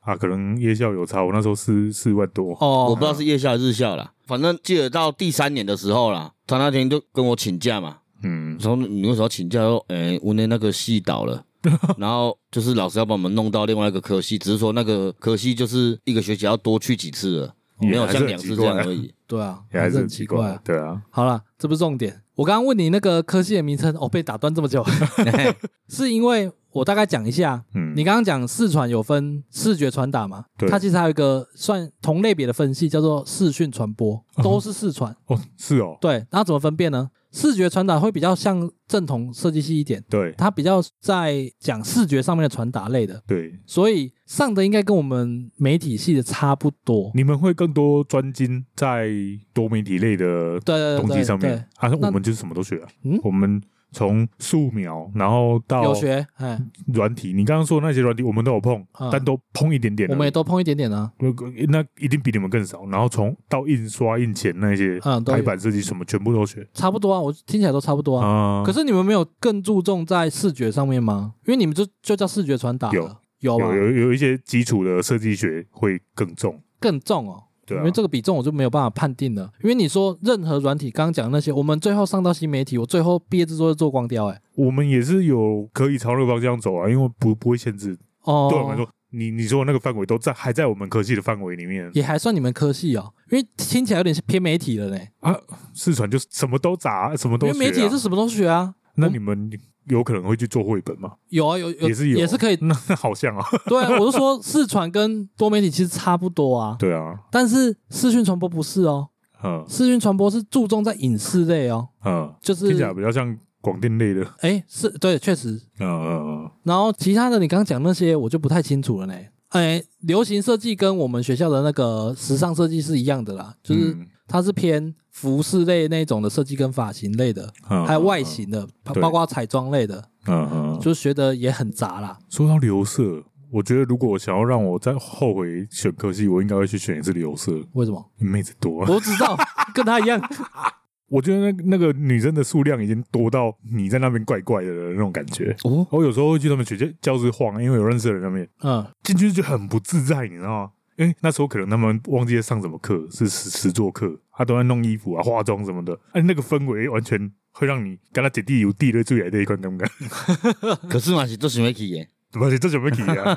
啊，可能夜校有差，我那时候四四万多，哦，我不知道是夜校还是日校啦，反正记得到第三年的时候啦，他那天就跟我请假嘛，哦嗯，然后你为什么要请假？说，诶、我那那个系 (laughs) 倒了，然后就是老师要把我们弄到另外一个科系，只是说那个科系就是一个学期要多去几次了。没也有还是像很两次奇这怪样啊而已。对啊， (laughs) 也还是很很奇奇怪怪啊。。对啊，好了，这不是重点。我刚刚问你那个科系的名称，哦，被打断这么 (laughs) 久，是因为我大概讲一下。嗯，你刚刚讲视传有分视觉传达嘛？对它其实还有一个算同类别的分系，叫做视讯传播，都是视传。哦是哦，对，那怎么分辨呢？视觉传达会比较像正统设计系一点，对它比较在讲视觉上面的传达类的，对，所以上的应该跟我们媒体系的差不多。你们会更多专精在多媒体类的对对东对对西上面啊，那我们就是什么都学啊嗯，我们从素描，然后到有学，哎，软体，你刚刚说的那些软体我们都有碰嗯，但都碰一点点而已，我们也都碰一点点啊。那个那一定比你们更少。然后从到印刷、印钱那些嗯都有排版设计什么，全部都学差不多啊，我听起来都差不多啊。啊。可是你们没有更注重在视觉上面吗？因为你们就就叫视觉传达有了，有吧有？有有一些基础的设计学会更重，更重哦。对因啊为，这个比重我就没有办法判定了，因为你说任何软体，刚刚讲的那些，我们最后上到新媒体，我最后毕业制作是做光雕、欸，哎，我们也是有可以朝那个方向走啊，因为不不会限制。哦，对我们来说，你你说的那个范围都在还在我们科技的范围里面，也还算你们科系哦，因为听起来有点是偏媒体了呢、四川就是什么都杂，什么因都为学啊媒体也是什么都学啊，那你们有可能会去做绘本吗？有啊有有也是有，也是可以 (laughs) 那好 (laughs) 像啊，对啊，我就说视传跟多媒体其实差不多啊，对啊，但是视讯传播不是哦，嗯视讯传播是注重在影视类哦，嗯，就听起是来比较像广电类的，哎是对确实，嗯嗯嗯，然后其他的你刚刚讲那些我就不太清楚了呢。哎，流行设计跟我们学校的那个时尚设计是一样的啦，就是嗯它是偏服饰类那种的设计跟发型类的，嗯还有外，形的，包对包括彩妆类的，嗯嗯，就学的也很杂啦。说到留色，我觉得如果我想要让我再后悔选科系，我应该会去选一次留色，为什 (laughs) 么？妹子多、啊。我知道，跟他一样。我觉得那那个女生的数量已经多到你在那边怪怪的那种感觉。哦，我有时候会去他们学校教室晃，因为有认识的人在那边嗯，进去就很不自在，你知道吗？因为那时候可能他们忘记在上什么课，是实实作课，他都在弄衣服啊、化妆什么的，哎，那个氛围完全会让你跟他姐弟有地位最矮的一关尴尬，啊 (laughs) 可是嘛是做行为去的，而且这怎么可以啊？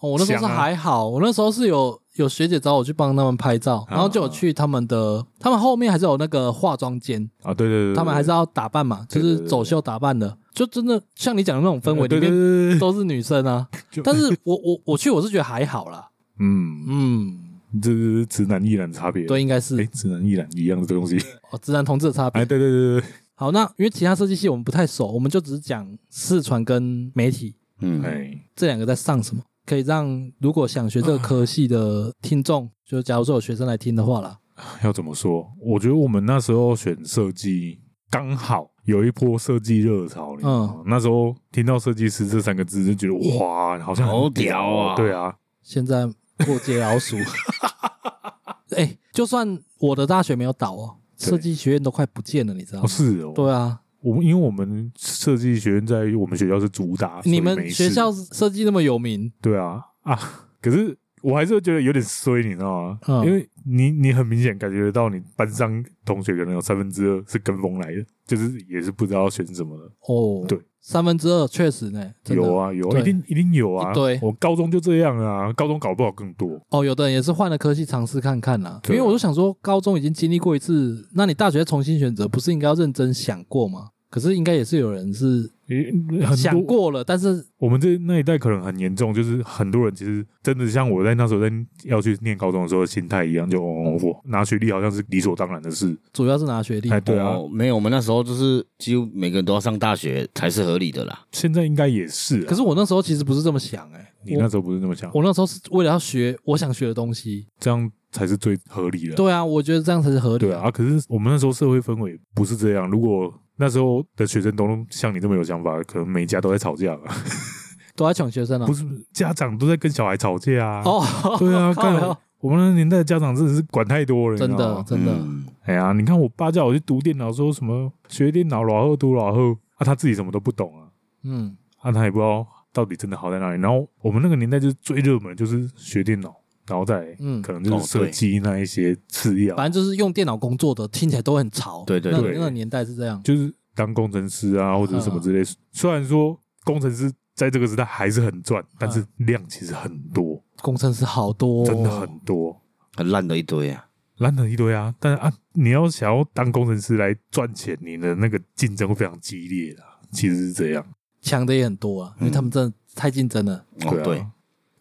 哦我那时候是想啊还好，我那时候是有有学姐找我去帮他们拍照，啊然后就有去他们的，他们后面还是有那个化妆间， (laughs) 啊，对对对对，他们还是对要打扮嘛，就对对是对对走秀打扮的，就真的像你讲的那种氛围对里面对对对对，都是女生啊。 (laughs) 就但是我我我去我是觉得还好啦，嗯，嗯，这是直男异男差别。对，应该哎，是直男异男一样的 (laughs) 东西。哦，直男同志的差哎，别。对对对对好，那因为其他设计系我们不太熟，我们就只是讲视传跟媒体嗯对，，哎，这两个在上什么，可以让如果想学这个啊科系的听众，就假如说有学生来听的话啦，要怎么说？我觉得我们那时候选设计，刚好有一波设计热潮。你知道嗯吗，那时候听到设计师这三个字，就觉得哇，好像很好屌屌啊对啊，现在过街老 (laughs) 鼠，哎、就算我的大学没有倒哦，对设计学院都快不见了，你知道哦吗？是哦。嗯对啊，我们因为我们设计学院在我们学校是主打，所以你没们事学校设计那么有名，对啊啊，可是我还是会觉得有点衰，你知道吗？嗯因为你你很明显感觉得到，你班上同学可能有三分之二是跟风来的，就是也是不知道选什么的。哦，对，三分之二确实呢，真的有啊有啊，对一定一定有啊。一堆我高中就这样啊，高中搞不好更多。哦，有的人也是换了科系尝试看看啦，因对啊为我就想说，高中已经经历过一次，那你大学重新选择，不是应该要认真想过吗？可是应该也是有人是诶很想多，过了，但是我们这那一代可能很严重，就是很多人其实真的像我在那时候在要去念高中的时候的心态一样，就哦，我拿学历好像是理所当然的事。主嗯要是拿学历，哎，对啊，哦，没有，我们那时候就是几乎每个人都要上大学才是合理的啦。现在应该也是啊。可是我那时候其实不是这么想、欸，你我那时候不是这么想，我那时候是为了要学我想学的东西，这样才是最合理的。对啊，我觉得这样才是合理对的。啊，啊可是我们那时候社会氛围不是这样。如果那时候的学生都像你这么有想法，可能每一家都在吵架吧？都在抢学生啊不，是，家长都在跟小孩吵架啊。哦，对啊，靠 (laughs) 干腰我们那个年代的家长真的是管太多了，你知真道的吗真的，嗯哎呀，你看我爸叫我去读电脑，说什么学电脑老后读老后，啊，他自己什么都不懂啊，嗯，啊，他也不知道到底真的好在哪里。然后我们那个年代就是最热门就是学电脑，然后再嗯哦可能就哦是设对计那一些次要，反正就是用电脑工作的，听起来都很潮。对对那对那个年代是这样。就是当工程师嗯啊，或者是什么之类。虽然说工程师在这个时代还是很赚，但是量其实很多，嗯工程师好多、哦，真的很多。很烂的一堆啊。烂的一堆啊。但是啊，你要想要当工程师来赚钱，你的那个竞争会非常激烈的，其实是这样。强的也很多啊，因为他嗯们真的太竞争了。哦，对，啊，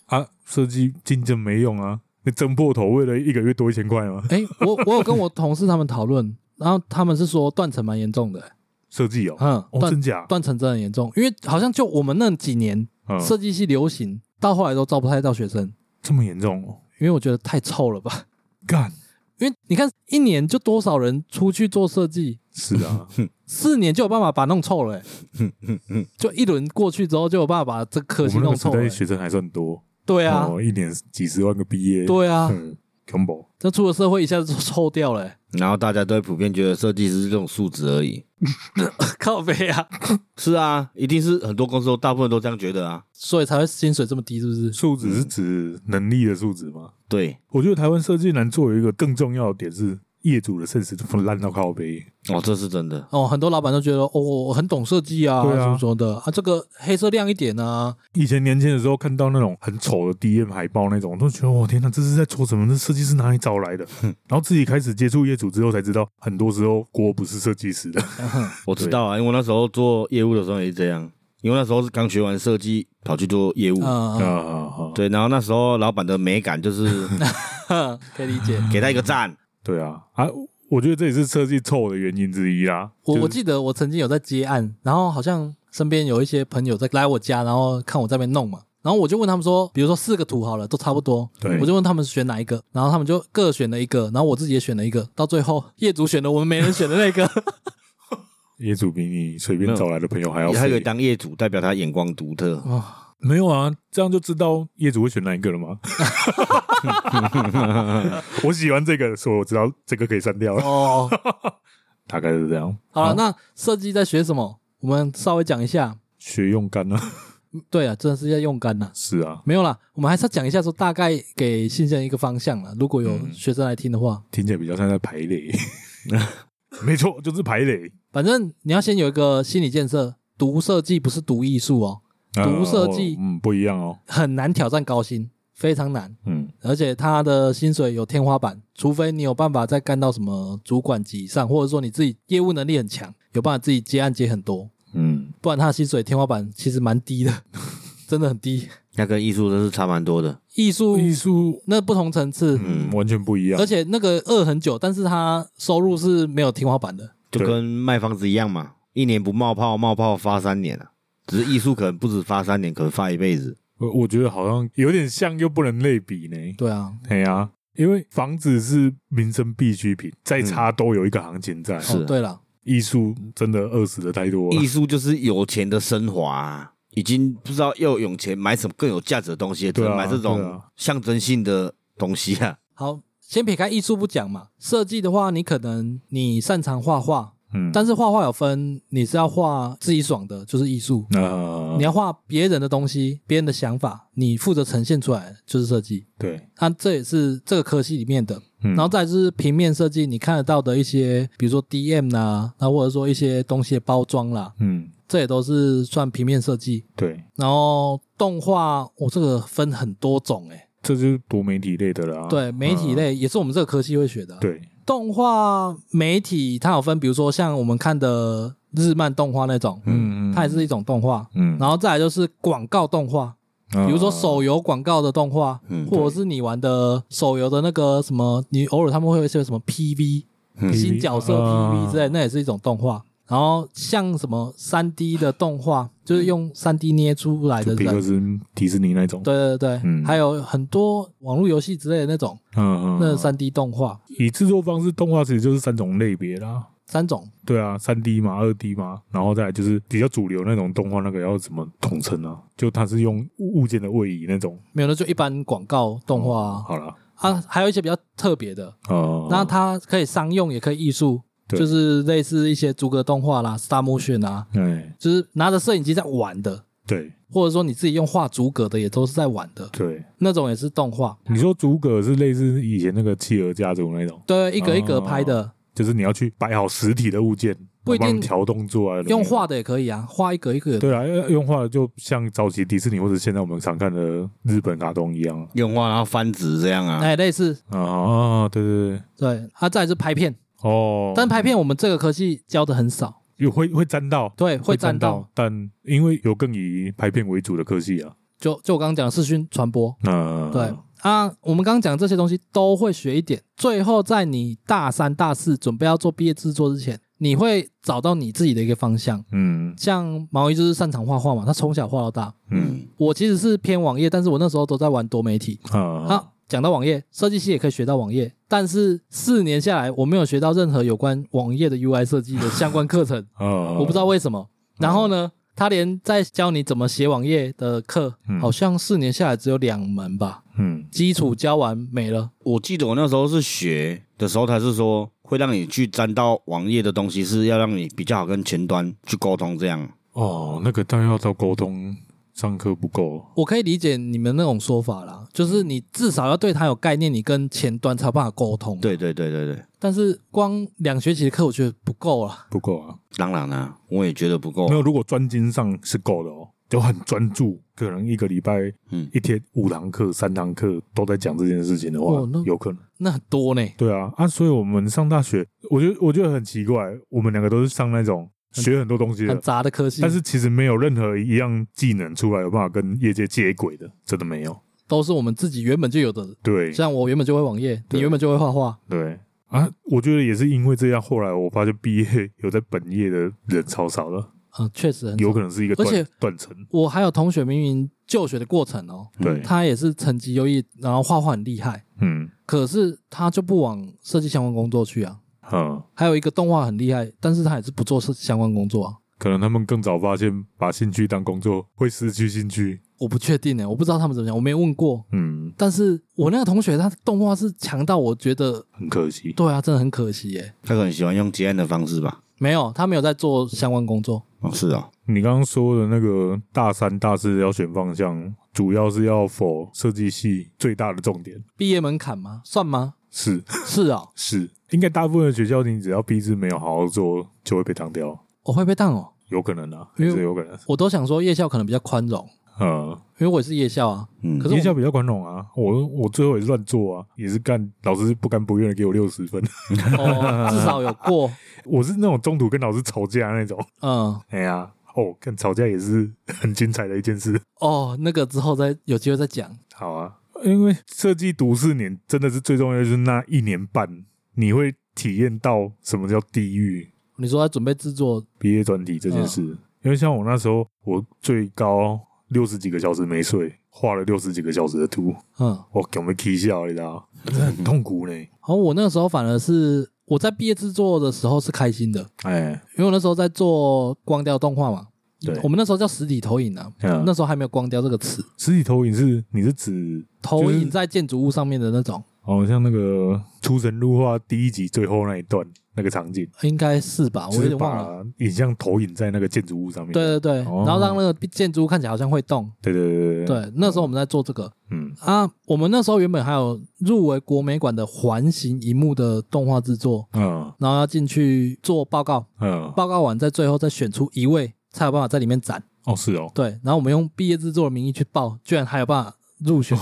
啊，设计竞争没用啊，你争破头为了一个月多一千块吗？哎、我我有跟我同事他们讨论，然后他们是说断层蛮严重的、设计哦，嗯，哦，断真假？断层真的很严重，因为好像就我们那几年嗯，设计系流行到后来都招不太到学生，这么严重哦？因为我觉得太臭了吧。 (laughs) 干，因为你看一年就多少人出去做设计，是 (laughs) 啊，四年就有办法把它弄臭了、欸 (laughs) 嗯，就一轮过去之后就有办法把这我科系们那弄个时臭了、代欸学生还算多，对啊，哦，一年几十万个毕业，对啊，嗯，combo 这出了社会一下子就臭掉了、欸然后大家都会普遍觉得设计师是这种素质而已。靠背啊，是啊，一定是很多公司都大部分都这样觉得啊。所以才会薪水这么低，是不是？素质是指能力的素质吗？对，我觉得台湾设计难做有一个更重要的点是，业主的甚至都烂到靠背，哦，这是真的。哦，很多老板都觉得哦，我很懂设计啊，对啊什么什么的啊，这个黑色亮一点啊，以前年轻的时候看到那种很丑的 DM 海报那种，都觉得我天哪，这是在做什么？这设计师哪里找来的？然后自己开始接触业主之后，才知道很多时候锅不是设计师的。我知道啊，因为我那时候做业务的时候也是这样，因为那时候是刚学完设计，跑去做业务。嗯，啊，对，然后那时候老板的美感就是 (laughs) 嗯可以理解。给他一个赞，对啊，啊，我觉得这也是设计臭的原因之一啦。我就是我记得我曾经有在接案，然后好像身边有一些朋友在来我家，然后看我在那边弄嘛，然后我就问他们说，比如说四个图好了，都差不多，对我就问他们选哪一个，然后他们就各选了一个，然后我自己也选了一个，到最后业主选了我们没人选的那 (laughs) 个，业主比你随没便有找来的朋友还要他可以废。当业主，代表他眼光独特。哦没有啊，这样就知道业主会选哪一个 (laughs) 了吗？ (laughs) 我喜欢这个，所以我知道这个可以删掉了。哦，大概是这样。好了，那设计在学什么？我们稍微讲一下。学用干啊，对啊，真的是要用干呐、是啊，没有啦，我们还是要讲一下说大概给新鲜人一个方向啦。如果有嗯学生来听的话，听起来比较像在排雷。 (laughs) 没错，就是排雷。反正你要先有一个心理建设。读设计不是读艺术哦，读呃设计哦嗯，不一样哦。很难挑战高薪，非常难，嗯，而且他的薪水有天花板，除非你有办法再干到什么主管级以上，或者说你自己业务能力很强，有办法自己接案接很多，嗯，不然他的薪水天花板其实蛮低的， (laughs) 真的很低。那跟艺术真是差蛮多的。艺术艺术，那不同层次，嗯，完全不一样而。且那个饿很久，但是他收入是没有天花板的。就对跟卖房子一样嘛，一年不冒泡，冒泡发三年啊。只是艺术可能不止发三年，可能发一辈子。我我觉得好像有点像，又不能类比呢。对啊，对呀、因为房子是民生必需品，再差都有一个行情在。是哦、对了，艺术真的饿死的太多了艺。术就是有钱的升华、啊，已经不知道要有钱买什么更有价值的东西，只对啊能买这对种啊象征性的东西啊。好，先撇开艺术不讲嘛，设计的话，你可能你擅长画画，嗯，但是画画有分，你是要画自己爽的，就是艺术；那、你要画别人的东西，别人的想法，你负责呈现出来就是设计。对，它、这也是这个科系里面的，嗯然后再来就是平面设计，你看得到的一些，比如说 DM 啦、那或者说一些东西的包装啦，嗯，这也都是算平面设计。对，然后动画，我、这个分很多种诶、这就是多媒体类的啦。对，媒体类也是我们这个科系会学的。嗯，，啊对，动画媒体它有分，比如说像我们看的日漫动画那种，嗯它也是一种动画。嗯啊然后再来就是广告动画，比如说手游广告的动画，嗯或者是你玩的手游的那个什么，你偶尔他们会有一些什么 PV 嗯新角色 PV 之类，的。那也是一种动画。然后像什么三 D 的动画，就是用三 D 捏出来的就皮克人，斯、迪士尼那种，对对对，嗯还有很多网络游戏之类的那种，嗯，嗯那嗯三 D 动画以制作方式，动画其实就是三种类别啦。三种，对啊，三 D 嘛，二 D 嘛，然后再来就是比较主流那种动画，那个要怎么统称啊？就它是用物件的位移那种。没有那就一般广告动画啊好啦，啊，还有一些比较特别的，嗯哦，那它可以商用也可以艺术，对就是类似一些逐格动画啦、Star Motion 啊，哎，就是拿着摄影机在玩的，对或者说你自己用画逐格的也都是在玩的，对，那种也是动画，你说竹葛是类似以前那个企鹅家族那种，哦对，一格一格拍的，就是你要去摆好实体的物件，不一定帮你调动作啊，用画的也可以啊，画一格一格的。对啊，用用画的就像早期迪士尼或者现在我们常看的日本卡通一样啊用画然后翻纸这样啊。哎，类似啊啊，对对对，对，啊，再来是拍片，哦，但拍片我们这个科系教的很少，有会会沾到，对，会沾到。到，但因为有更以拍片为主的科系啊，就就我刚刚讲的视讯传播，嗯，对啊，我们刚刚讲这些东西都会学一点。最后在你大三、大四准备要做毕业制作之前，你会找到你自己的一个方向。嗯像毛衣就是擅长画画嘛，他从小画到大。嗯我其实是偏网页，但是我那时候都在玩多媒体。啊，好，讲到网页设计系也可以学到网页，但是四年下来我没有学到任何有关网页的 UI 设计的相关课程，我我不知道为什么。然后呢，他连在教你怎么写网页的课嗯，好像四年下来只有两门吧，嗯基础教完没了。我记得我那时候是学的时候，他是说会让你去沾到网页的东西，是要让你比较好跟前端去沟通这样。哦，那个但要到沟通上课不够，我可以理解你们那种说法啦，就是你至少要对他有概念，你跟前端才有办法沟通。，对对对对对，但是光两学期的课，我觉得不够了。不够啊。当然啦、我也觉得不够没。有，如果专精上是够的哦，就很专注，可能一个礼拜嗯，一天五堂课、三堂课都在讲这件事情的话哦那，有可能。那很多呢，对啊，啊，所以我们上大学，我觉得我觉得很奇怪，我们两个都是上那种学很多东西的很，杂的科系，但是其实没有任何一样技能出来有办法跟业界接轨的，真的没有。都是我们自己原本就有的。对像我原本就会网页，你对原本就会画画，对啊，我觉得也是因为这样，后来我发现毕业有在本业的人超少了，嗯，确实很有少。可能是一个而且断断层。我还有同学明明就学的过程哦，对，他也是成绩优异，然后画画很厉害，嗯可是他就不往设计相关工作去啊。嗯，还有一个动画很厉害，但是他也是不做设计相关工作啊。可能他们更早发现把兴趣当工作会失去兴趣。我不确定呢、欸我不知道他们怎么样，我没问过。嗯，但是我那个同学他动画是强到我觉得，很可惜。对啊，真的很可惜耶、他可能喜欢用接案的方式吧。没有，他没有在做相关工作。哦，是哦，你刚刚说的那个大三、大四要选方向，主要是要否设计系最大的重点毕业门槛吗？算吗？是是啊、是，应该大部分的学校你只要毕制没有好好做，就会被挡掉，我会被当哦。有可能啊，因为还是有可能。我都想说夜校可能比较宽容，嗯，因为我也是夜校啊。嗯可是我夜校比较宽容啊，我我最后也是乱做啊，也是干老师不甘不愿的给我六十分， (laughs) 哦，至少有过，我是那种中途跟老师吵架那种。嗯， (laughs) 哎呀，哦，跟吵架也是很精彩的一件事。哦，那个之后再有机会再讲。好啊，因为设计读四年真的是最重要，就是那一年半你会体验到什么叫地狱你说在准备制作，毕业专题这件事。因为像我那时候，我最高六十几个小时没睡，画了六十几个小时的图，嗯，我给我们 K 笑，你知道吗，真的很痛苦呢。好，我那个时候反而是我在毕业制作的时候是开心的，哎，因为我那时候在做光雕动画嘛。对我们那时候叫实体投影啊，嗯那时候还没有光雕这个词，实体投影是你是指投就是影在建筑物上面的那种，哦，像那个《出神入化》第一集最后那一段那个场景，应该是啊吧？我有就是点忘了。把影像投影在那个建筑物上面。对对对，哦然后让那个建筑物看起来好像会动。对对对对对，对，那时候我们在做这个嗯啊，我们那时候原本还有入围国美馆的环形一幕的动画制作，嗯然后要进去做报告，嗯，报告完在最后再选出一位才有办法在里面展。哦是哦，对，然后我们用毕业制作的名义去报，居然还有办法入选，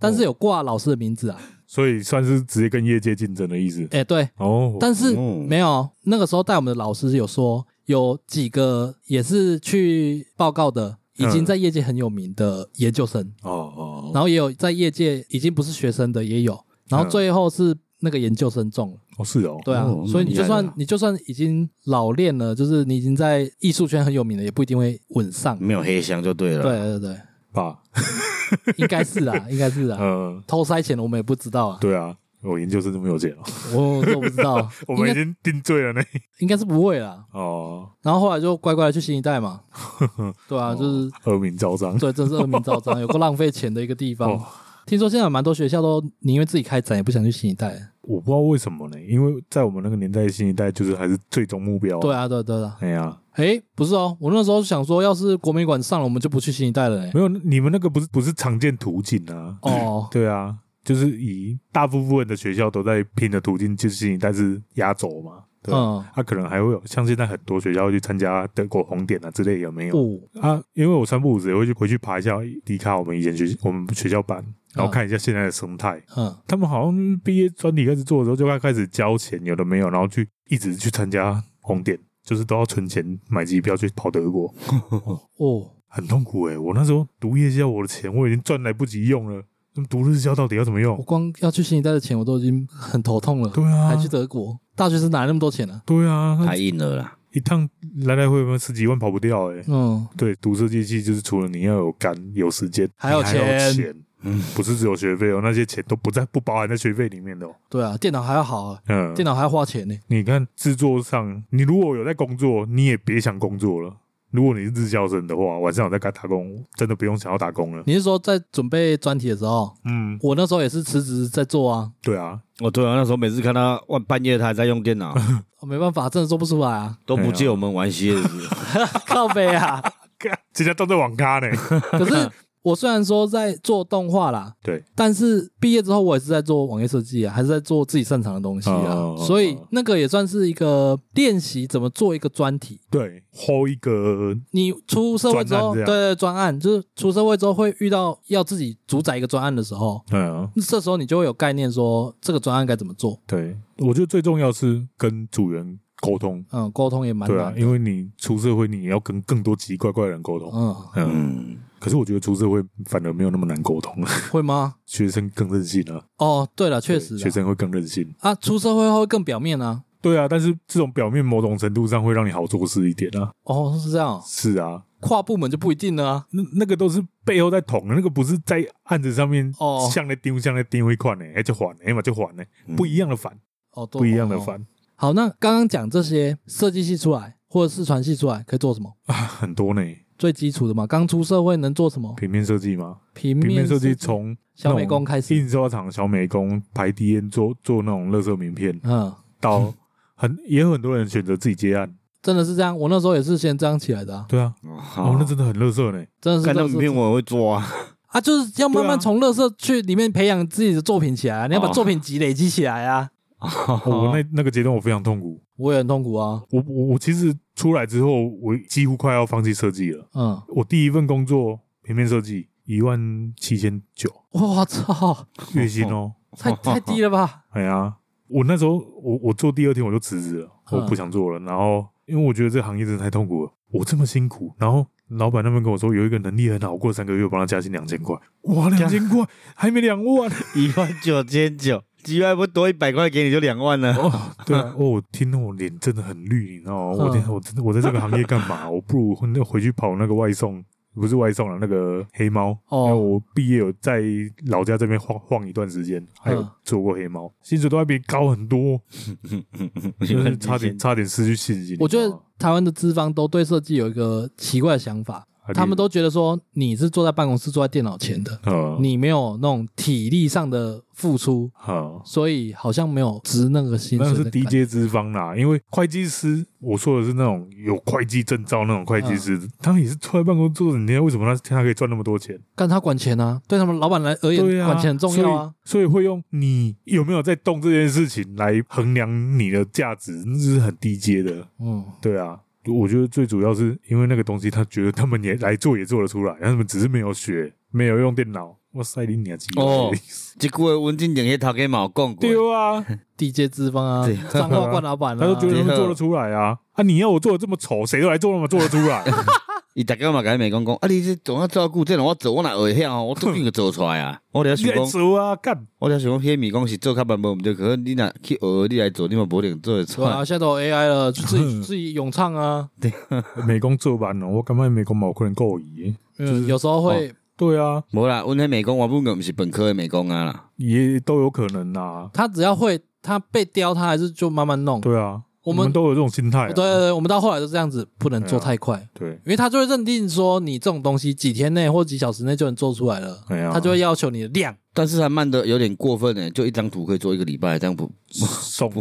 但是有挂老师的名字啊。所以算是直接跟业界竞争的意思。哎，对，哦，但是哦没有，那个时候带我们的老师有说，有几个也是去报告的，已经在业界很有名的研究生，哦哦然后也有在业界已经不是学生的也有，然后最后是那个研究生中了。哦是嗯哦，对啊，哦所以你就蛮厉害的算啊你就算已经老练了，就是你已经在艺术圈很有名了，也不一定会稳上。嗯没有黑箱就对了。对，啊对对，爸，应该是啦，应该是啦。嗯，偷塞钱的我们也不知道啊，对啊，我研究生这么有钱 (laughs) 哦，，我这我不知道 (laughs) 我应们该已经定罪了呢。应该是不会啦。哦，然后后来就乖乖的去新一代 (laughs) 嘛，对啊，就是恶名昭彰。对，真是恶名昭彰，有够浪费钱的一个地方。哦听说现在有蛮多学校都宁愿自己开展，也不想去新一代。我不知道为什么呢，因为在我们那个年代，新一代就是还是最终目标。对，啊，对啊对啊。哎呀，哎，不是哦，我那时候想说，要是国美馆上了，我们就不去新一代了嘞。没有，你们那个不是不是常见途径啊？哦，对啊，就是以大部分的学校都在拼的途径就是新一代是压轴嘛， (coughs) 对吧，嗯，他、可能还会有像现在很多学校会去参加德国红点啊之类，有没有？哦，啊，因为我三不五时也会去回去爬一下迪卡我们以前学我们学校版，然后看一下现在的生态。嗯，他们好像毕业专题开始做的时候，就该开始交钱，有的没有，然后去一直去参加红点，就是都要存钱买机票去跑德国，哦，很痛苦诶、我那时候读夜校，我的钱我已经赚来不及用了，那么读日校到底要怎么我用？光要去新一代的钱我都已经很头痛了，对啊哦还，去德国，大学生哪来那么多钱呢？对啊，那太硬了啦。一趟来来回回十几万跑不掉诶、嗯，对，读设计系就是除了你要有肝、有时间，还有你还钱有钱，嗯，不是只有学费哦，那些钱都不在不包含在学费里面的哦。对啊，电脑还要好啊，嗯，电脑还要花钱呢。你看制作上，你如果有在工作，你也别想工作了。如果你是日校生的话，晚上有在干打工，真的不用想要打工了。你是说在准备专题的时候，嗯，我那时候也是辞职在做啊，对啊， (laughs) 哦，对啊，那时候每次看他晚半夜他还在用电脑，我没办法，真的做不出来啊， (laughs) 都不借我们玩些。靠背啊。干人家都在网 (laughs) 咖呢。可是我虽然说在做动画啦，对，但是毕业之后我也是在做网页设计啊，还是在做自己擅长的东西啊，哦所以那个也算是一个练习怎么做一个专题。对，薅一个，你出社会之后，专案这对样对专案就是出社会之后会遇到要自己主宰一个专案的时候，嗯，这时候你就会有概念说这个专案该怎么做。对，我觉得最重要是跟组员沟通。嗯，沟通也蛮对啊难，的。因为你出社会，你也要跟更多奇奇怪怪的人沟通。嗯，嗯，嗯，可是我觉得出社会反而没有那么难沟通， (laughs) 会吗？学生更任性了、啊。哦，对了，确对实啊学生会更任性。啊，出社会后会更表面啊。对啊，但是这种表面某种程度上会让你好做事一点啊。哦，是这样哦，是啊，跨部门就不一定了啊。那那个都是背后在捅的，那个不是在案子上面哦向来丢向来丢一块呢，哎就还，哎嘛就还呢，嗯不一样的反，哦，对不一样的哦反，好，那刚刚讲这些设计系出来或者视传系出来可以做什么？很多呢。最基础的嘛，刚出社会能做什么？平面设计嘛，平平面面设计从小美工开那种始，印刷厂小美工排 D N 做做那种垃圾名片，嗯，到很也有很多人选择自己接案。真的是这样。我那时候也是先这样起来的、啊，对啊，好哦，那真的很垃圾呢。真的是看垃那圾影片我也会做啊。啊，就是要慢对慢啊从乐色去里面培养自己的作品起来、啊，你要把哦作品集累积起来啊。我那那个阶段我非常痛苦，我也很痛苦啊，我我我其实出来之后，我几乎快要放弃设计了。嗯，我第一份工作平面设计，一万七千九我操，月薪哦。太太低了吧？哎呀，我那时候我我做第二天我就辞职了，嗯我不想做了。然后因为我觉得这个行业真的太痛苦了，我这么辛苦，然后老板那边跟我说有一个能力很好，过了三个月我帮他加薪两千块，哇，两千块还没两 (laughs) 万。一万九千九，几万不多一百块给你就两万了。对啊，哦，我听到我脸真的很绿，你知道吗？我嗯天，我真的我在这个行业干 (laughs) 嘛？我不如回回去跑那个外送，不是外送了，那个黑猫。哦因为我毕业有在老家这边晃晃一段时间，还有嗯做过黑猫，薪水都还比你高 (laughs) 很多，哦 (laughs) 就是差点差点失去信心。哦我觉你知得道吗台湾的资方都对设计有一个奇怪的想法，啊他们都觉得说你是坐在办公室坐在电脑前的，呃你没有那种体力上的付出，呃，所以好像没有值那个薪水那的是感觉。 DJ 资方啦，因为会计师，我说的是那种有会计证照那种会计嗯师，他们也是坐在办公室坐整天，为什么他他可以赚那么多钱？干他管钱啊，对他们老板来而言，对啊，管钱很重要啊。所以，所以会用你有没有在动这件事情来衡量你的价值，那是很低阶的。嗯，对啊，我觉得最主要是因为那个东西，他觉得他们也来做也做得出来，他们只是没有学，没有用电脑。哇塞，你娘鸡巴哦这句话文静点去头家嘛有讲对过，啊，地界资方啊对，彰化冠老板啊，他都觉得他们做得出来啊。啊，你要我做的这么丑，谁都来做那么做得出 (laughs) 来。伊大家嘛甲伊美工讲，啊你这总要照顾，这种我做我哪会晓，我做定就做出来啊。我了你想来讲，做啊，干我了想讲，迄美工是做较慢无毋对，可是你若去学，你来做，你嘛无一定做得出对啊， (laughs) 来。现在都有 AI 了，就自己自己咏唱啊，美工做完了，我感觉美工冇可能够移。嗯，有时候会，对啊，无啦，阮迄美工原本就毋是本科的美工啊啦。也都有可能啊。他只要会，他被雕，他还是就慢慢弄。对啊，我我们们都有这种心态啊。对对对，我们到后来都这样子，不能做对啊太快。对，因为他就会认定说你这种东西几天内或几小时内就能做出来了，哎呀他就会要求你的量。但是还慢的有点过分呢，欸就一张图可以做一个礼拜，这样不送啊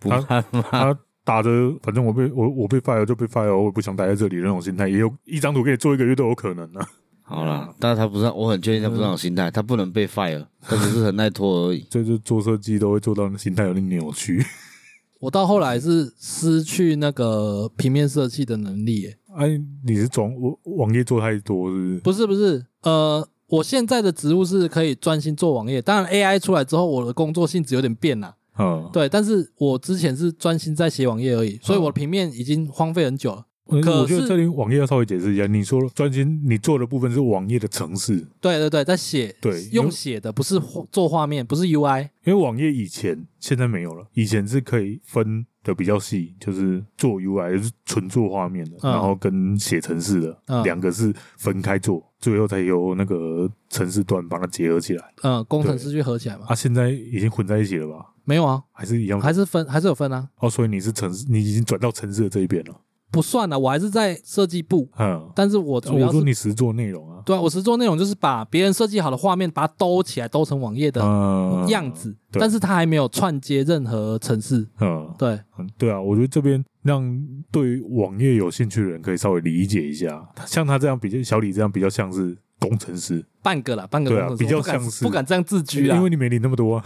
不他慢吗？他打着反正我被我我被 fire 就被 fire，我也不想待在这里的那种心态，也有一张图可以做一个月都有可能啊。。好啦，但是他不是，我很确定他不是那种心嗯态，他不能被 fire，他只是很耐拖而已这就做设计都会做到心态有点扭曲。 (laughs) 我到后来是失去那个平面设计的能力耶、哎、你是装网网页做太多是不是？不是不是，呃，我现在的职务是可以专心做网页。当然，AI 出来之后，我的工作性质有点变了，嗯，对。但是我之前是专心在写网页哦而已，所以我的平面已经荒废很久了。我可我觉得是这里网页要稍微解释一下，你说专心你做的部分是网页的程式，对对对，在写，对因为用写的，不是画做画面，不是 UI。因为网页以前现在没有了，以前是可以分的比较细，就是做 UI 就是纯做画面的，嗯然后跟写程式的、嗯两个是分开做，最后才由那个程式端把它结合起来。嗯，工程师去合起来嘛？啊，现在已经混在一起了吧？没有啊，还是一样？还是分，还是有分啊，哦，所以你是城市，你已经转到城市的这一边了。不算啊了，我还是在设计部，嗯，但是我主我要说是。你实做内容啊，对啊，我实做内容就是把别人设计好的画面，把它兜起来，兜成网页的嗯，样，子，对但是它还没有串接任何城市。嗯，对，嗯，对啊，我觉得这边让对于网页有兴趣的人可以稍微理解一下，像他这样比较，小李这样比较像是工程师，半个啦，半个对啊工程师比较我不敢像是不敢这样自居啦因。为你没领那么 (laughs) 多啊，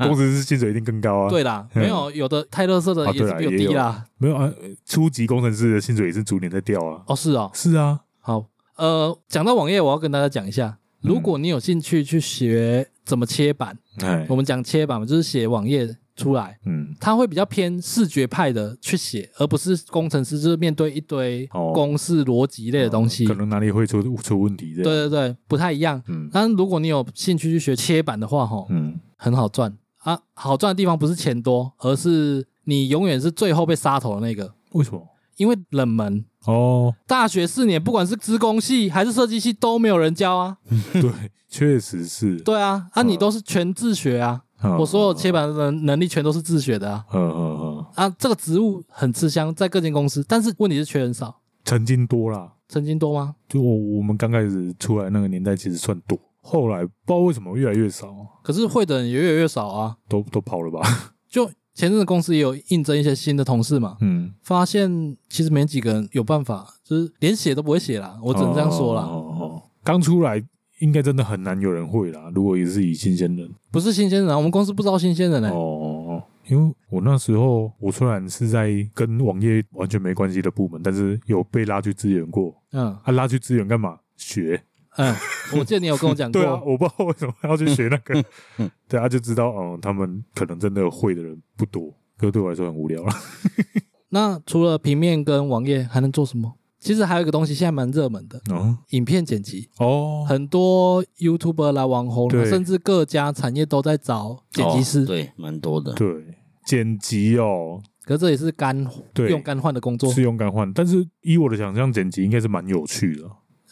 工程师薪水一定更高啊。，对啦，嗯没有有的太乐色的啊也对是啦比我也低有啦。没有啊，初级工程师的薪水也是逐年在掉啊。哦，是哦，是啊，好，呃，讲到网页，我要跟大家讲一下，嗯如果你有兴趣去学怎么切板，哎我，们讲切板嘛，就是写网页出来，嗯，它会比较偏视觉派的去写，而不是工程师就是面对一堆哦公式逻辑类的东西可。能哪里会出出问题这对样。对对，不太一样。嗯但如果你有兴趣去学切板的话，吼，嗯，很好赚啊！好赚的地方不是钱多，而是你永远是最后被杀头的那个，为什么？因为冷门。哦，大学四年，不管是职工系还是设计系，都没有人教啊。 (laughs) 对，确实是。对啊，啊，嗯你都是全自学啊。嗯我所有切板的能力全都是自学的啊。嗯嗯嗯，啊，这个职务很吃香，在各间公司，但是问题是缺人少，曾经多啦，曾经多吗？就我我们刚开始出来那个年代，其实算多，后来不知道为什么越来越少，可是会的人也越来越少啊。都都跑了吧？就前阵子公司也有应征一些新的同事嘛，嗯，发现其实没几个人有办法，就是连写都不会写啦。我只能这样说啦。哦哦哦哦刚出来应该真的很难有人会啦，如果也是以新鲜人。不是新鲜人啊，我们公司不招新鲜人嘞、欸哦，因为我那时候我虽然是在跟网页完全没关系的部门，但是有被拉去支援过。嗯啊，拉去支援干嘛？学。 (laughs) 嗯，我记得你有跟我讲过，对啊，我不知道为什么要去学那 (laughs) 个。对啊，就知道嗯，他们可能真的会的人不多，可是对我来说很无聊了。那除了平面跟网页还能做什么？其实还有一个东西现在蛮热门的，哦影片剪辑。哦，很多 YouTuber 啦、网红啦，对甚至各家产业都在找 (laughs) 剪辑师，哦对，蛮多的。对，剪辑哦可是这也是干对用干换的工作。是用干换，但是依我的想象，剪辑应该是蛮有趣的，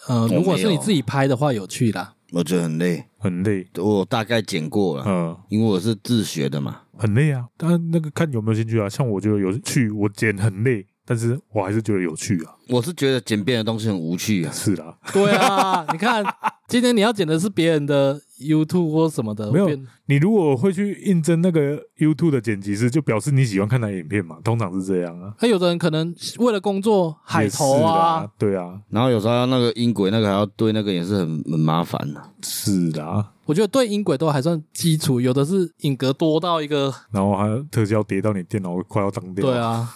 呃，没有如果是你自己拍的话，有趣 (laughs) 啦。我觉得很累，很累。我大概剪过了，嗯，因为我是自学的嘛。很累啊。但那个看有没有兴趣啊。像我觉得有趣，我剪很累，但是我还是觉得有趣啊。 (laughs) 我是觉得剪片的东西很无趣啊。是啦，对啊，你看，今天你要剪的是别人的 YouTube 或什么的，没有变你如果会去应征那个 YouTube 的剪辑师，就表示你喜欢看他的影片嘛，通常是这样啊。还有的人可能为了工作海投也是啊啦，，对啊，然后有时候要那个音轨，那个还要对那个也是很很麻烦啊的、是啦。我觉得对音轨都还算基础，有的是影格多到一个，然后还有特效叠到你电脑快要当掉。对，啊，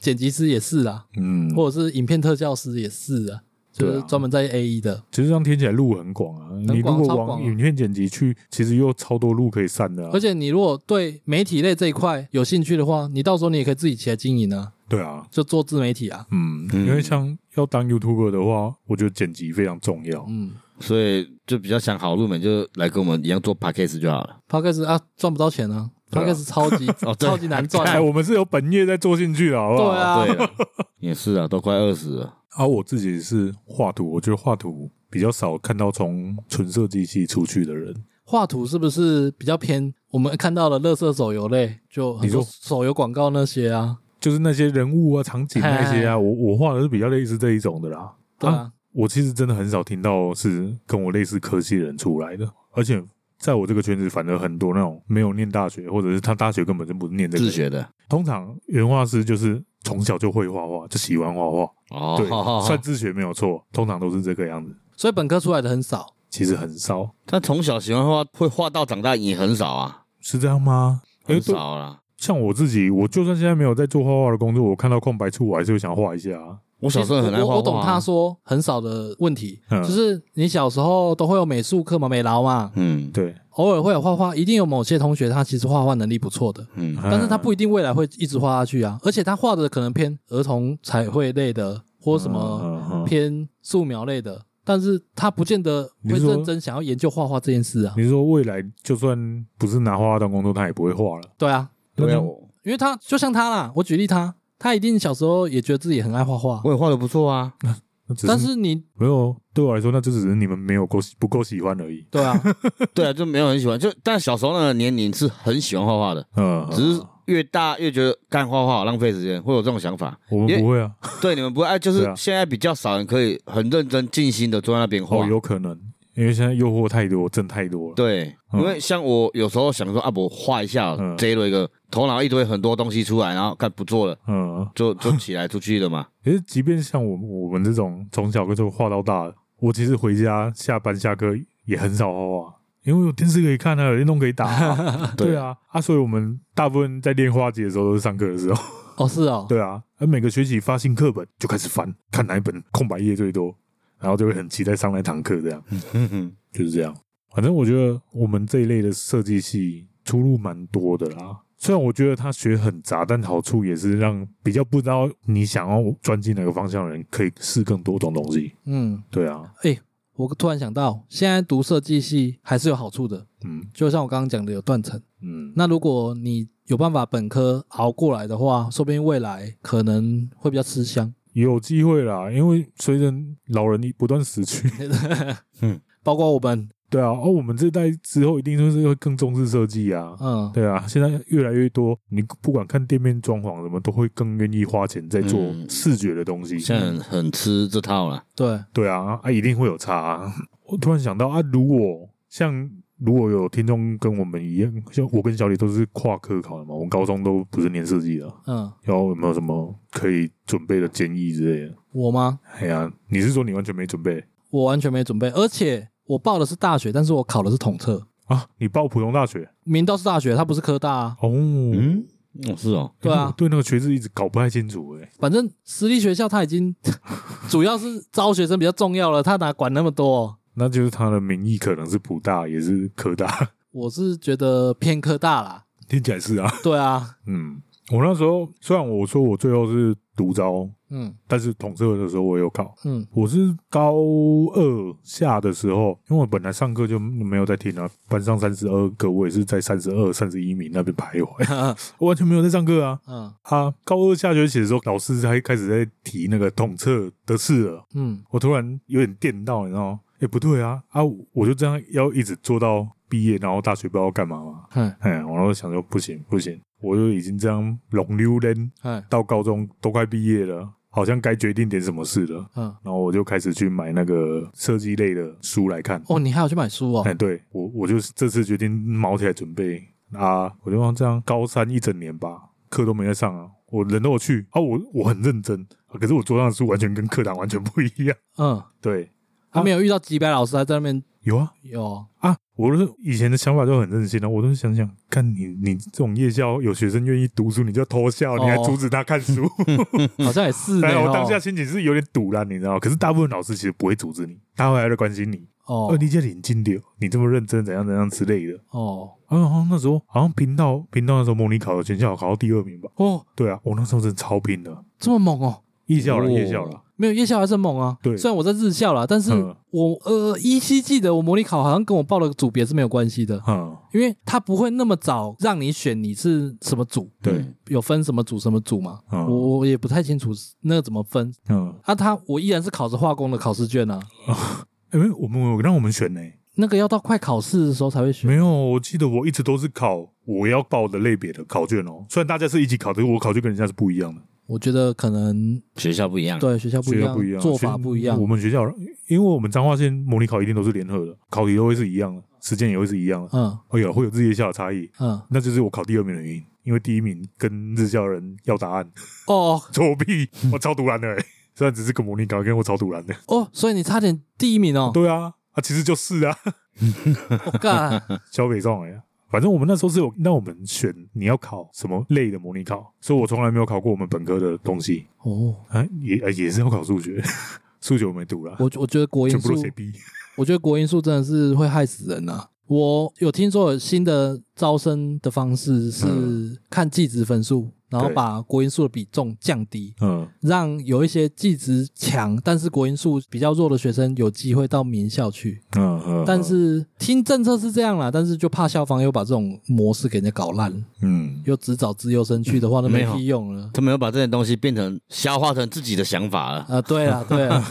剪辑师也是啦，嗯，或者是影片特效师也是啊，就是对啊专门在 A E 的，其实这样听起来路很广啊。广你如超果广往啊影片剪辑去，其实又超多路可以散的、啊。而且你如果对媒体类这一块有兴趣的话，你到时候你也可以自己起来经营啊，对啊，就做自媒体啊，嗯，嗯因为像要当 YouTuber 的话，我觉得剪辑非常重要。嗯所以就比较想好入门，就来跟我们一样做 podcast 就好了。 ，Podcast 啊赚不到钱啊对啊，Podcast 超 (laughs) 级哦对超级难赚哎，啊，我们是有本业在做进去的，好不好？对啊对了，也是啊，都快二十了。而、我自己是画图，我觉得画图比较少看到从纯设计系出去的人。画图是不是比较偏？我们看到的乐色手游类，就很多你说手游广告那些啊，就是那些人物啊、场景那些哎啊，我我画的是比较类似这一种的啦。对啊，我其实真的很少听到是跟我类似科系的人出来的，而且在我这个圈子，反而很多那种没有念大学，或者是他大学根本就不是念这个。自，学的，通常原画师就是从小就会画画，就喜欢画画，哦，对好好，好算自学没有错，通常都是这个样子，所以本科出来的很少。其实很少，他从小喜欢画，会画到长大也很少啊，是这样吗？因为很对少啦。像我自己，我就算现在没有在做画画的工作，我看到空白处，我还是会想画一下啊。我小时候很爱画画啊我我懂他，说很少的问题，嗯就是你小时候都会有美术课嘛，美劳嘛，嗯对，偶尔会有画画，一定有某些同学他其实画画能力不错的，嗯，但是他嗯不一定未来会一直画下去啊，而且他画的可能偏儿童彩绘类的，或什么嗯嗯嗯偏素描类的，但是他不见得你会是说认真想要研究画画这件事啊。你是说未来就算不是拿画画当工作，他也不会画了？对啊，对那啊，他我因为他就像他啦，我举例他，他一定小时候也觉得自己很爱画画，我也画的不错 (laughs) 啊，那只但是是你没有啊对我来说，那就只是你们没有够喜不够喜欢而已。对 (laughs) 啊，对啊，就没有很喜欢，就 (laughs) 啊但小时候那个年龄是很喜欢画画的，嗯，只是嗯越大越觉得干画画好浪费时间，会有这种想 (laughs) 法。我们不会啊，对，你们不爱，就对是啊现在比较少人可以很认真静心的坐在那边画哦，。有可能，因为现在诱惑太多，挣太多了。啊对，因嗯为像我有时候想说啊，我画一下嗯，摘了一个头脑一堆很多东西出来，然后干不做了，嗯， (laughs) 就就起来出去了嘛。其实即便像我我们这种从小就画到大的，我其实回家下班下课也很少画画，因为有电视可以看啊，有电动可以打、 (laughs) 啊。对啊，啊，所以我们大部分在练画节的时候都是上课的时候。哦是哦，对啊，而每个学期发新课本就开始翻，看哪一本空白页最多，然后就会很期待上那堂课，这样嗯哼就是这样。反正我觉得我们这一类的设计系出路蛮多的啦。虽然我觉得他学很杂，但好处也是让比较不知道你想要钻进哪个方向的人，可以试更多种东西。嗯，对啊，我突然想到，现在读设计系还是有好处的，嗯就像我刚刚讲的有断层。嗯，那如果你有办法本科熬过来的话，说不定未来可能会比较吃香， (laughs) 有机会啦，因为随着老人不断死去， (laughs) 包括我们，对啊，而、我们这代之后一定就是会更重视设计啊。嗯，对啊，现在越来越多，你不管看店面装潢什么，都会更愿意花钱在做嗯视觉的东西。现在很很吃这套了。对，对啊，啊，一定会有差、啊。我突然想到啊，如果像如果有听众跟我们一样，像我跟小李都是跨科考的嘛，我们高中都不是念设计的，嗯，然后有没有什么可以准备的建议之类的？我吗？哎呀、你是说你完全没准备我完全没准备，而且我报的是大学，但是我考的是统测，啊？你报普通大学明道是大学，它不是科大啊，哦？嗯，哦是哦，对我啊，对那个学制一直搞不太清楚哎、反正私立学校它已经 (laughs) 主要是招学生比较重要了，他哪管那么多、哦那就是他的名义可能是普大，也是科大， (laughs) 我是觉得偏科大啦，听起来是啊。对啊，嗯，我那时候虽然我说我最后是独招，嗯但是统测的时候我有考。嗯我是高二下的时候，因为我本来上课就没有在听啊，班上三十二个，我也是在三十二、三十一名那边徘徊，我完全没有在上课啊。嗯啊，高二下学期的时候，老师才开始在提那个统测的事了，嗯，我突然有点电到，你知道吗？哎、不对啊啊！我就这样要一直做到毕业，然后大学不知道干嘛嘛。嗨哎，我那时候想说不行不行，我就已经这样龙溜人嗨到高中都快毕业了，好像该决定点什么事了。嗯，然后我就开始去买那个设计类的书来看。哦，你还要去买书哦哎，，对我我就这次决定毛起来准备啊，我就这样高三一整年吧，课都没在上啊，我人都有去啊，我我很认真，啊可是我桌上的书完全跟课堂完全不一样。嗯，对，他没有遇到几百老师还在那边有啊，有，啊，我是以前的想法就很任性了，我都想想，看你你这种夜校有学生愿意读书，你就偷笑，你还哦阻止他看书。好像也 (laughs) 是呢 (laughs) 哎，我哦当下心情是有点堵了，你知道吗？可是大部分老师其实不会阻止你，他会还在关心你，哦哦，你这领金流，你这么认真，怎样怎样之类的。哦啊，然后那时候好像频道频道那时候模拟考全校考到第二名吧？哦，对啊，我那时候真的超拼的，这么猛哦！夜校了哦夜校了，没有夜校还是很猛啊。对虽然我在日校啦，但是嗯我呃依稀记得我模拟考好像跟我报的组别是没有关系的，嗯，因为他不会那么早让你选你是什么组，对，嗯有分什么组什么组嘛。嗯我我也不太清楚那个怎么分嗯，啊。他我依然是考着化工的考试卷啊，哎，没有我们有让我们选呢、那个要到快考试的时候才会选。没有，我记得我一直都是考我要报的类别的考卷哦。虽然大家是一起考，但是我考卷跟人家是不一样的，我觉得可能 (laughs) 学校不一样，啊对学校不一学样，校不一样，做学法不一样我。们学校，因为我们彰化县模拟考一定都是联合的，考题都会是一样的，时间也会是一样的。嗯哦，有会有日夜校的差异，嗯，那就是我考第二名的原因，因为第一名跟日校人要答案， (laughs) 哦作弊，我超突然的、欸，虽然只是个模拟考，跟我超突然的。哦，所以你差点第一名哦，对啊，啊，其实就是啊，我 (laughs) 干，小北上哎、反正我们那时候是有让我们选你要考什么类的模拟考，所以我从来没有考过我们本科的东西，哦，啊，也啊也是要考数学， (laughs) 数学我没读啦，我我觉得国全因部都素写 B。我觉得国因素真的是会害死人呐、啊我有听说有新的招生的方式是嗯看技职分数，然后对把国因素的比重降低，嗯，让有一些技职强但是国因素比较弱的学生有机会到名校去。嗯嗯，但是听政策是这样啦，但是就怕校方又把这种模式给人家搞烂，嗯，又只找资优生去的话，那没没有屁用了。他们要把这些东西变成消化成自己的想法了。啊，对啊，对 (laughs) 啊，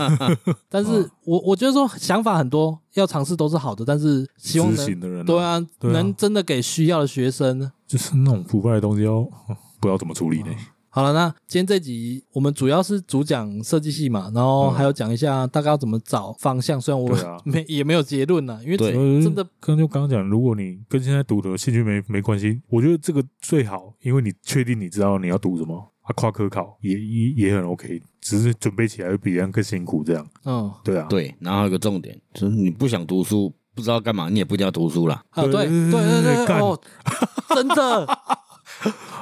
但是哦我我觉得说想法很多，要尝试都是好的，但是希望执能行的人、对，啊，对啊能真的给需要的学生。就是那种腐败的东西要 (laughs) 不知道怎么处理呢？好了，那今天这集我们主要是主讲设计系嘛，然后嗯还有讲一下大概要怎么找方向。虽然我对啊 (laughs) 没也没有结论啊呢，因为对只真的刚呃就刚刚讲，如果你跟现在读的兴趣没没关系，我觉得这个最好，因为你确定你知道你要读什么，啊，跨科考也也也很 OK，只是准备起来会比人家更辛苦这样。嗯对啊，对，然后还有一个重点就是你不想读书，不知道干嘛，你也不一定要读 (laughs) 书啦。啊，对对对对对对对对干哦，真的，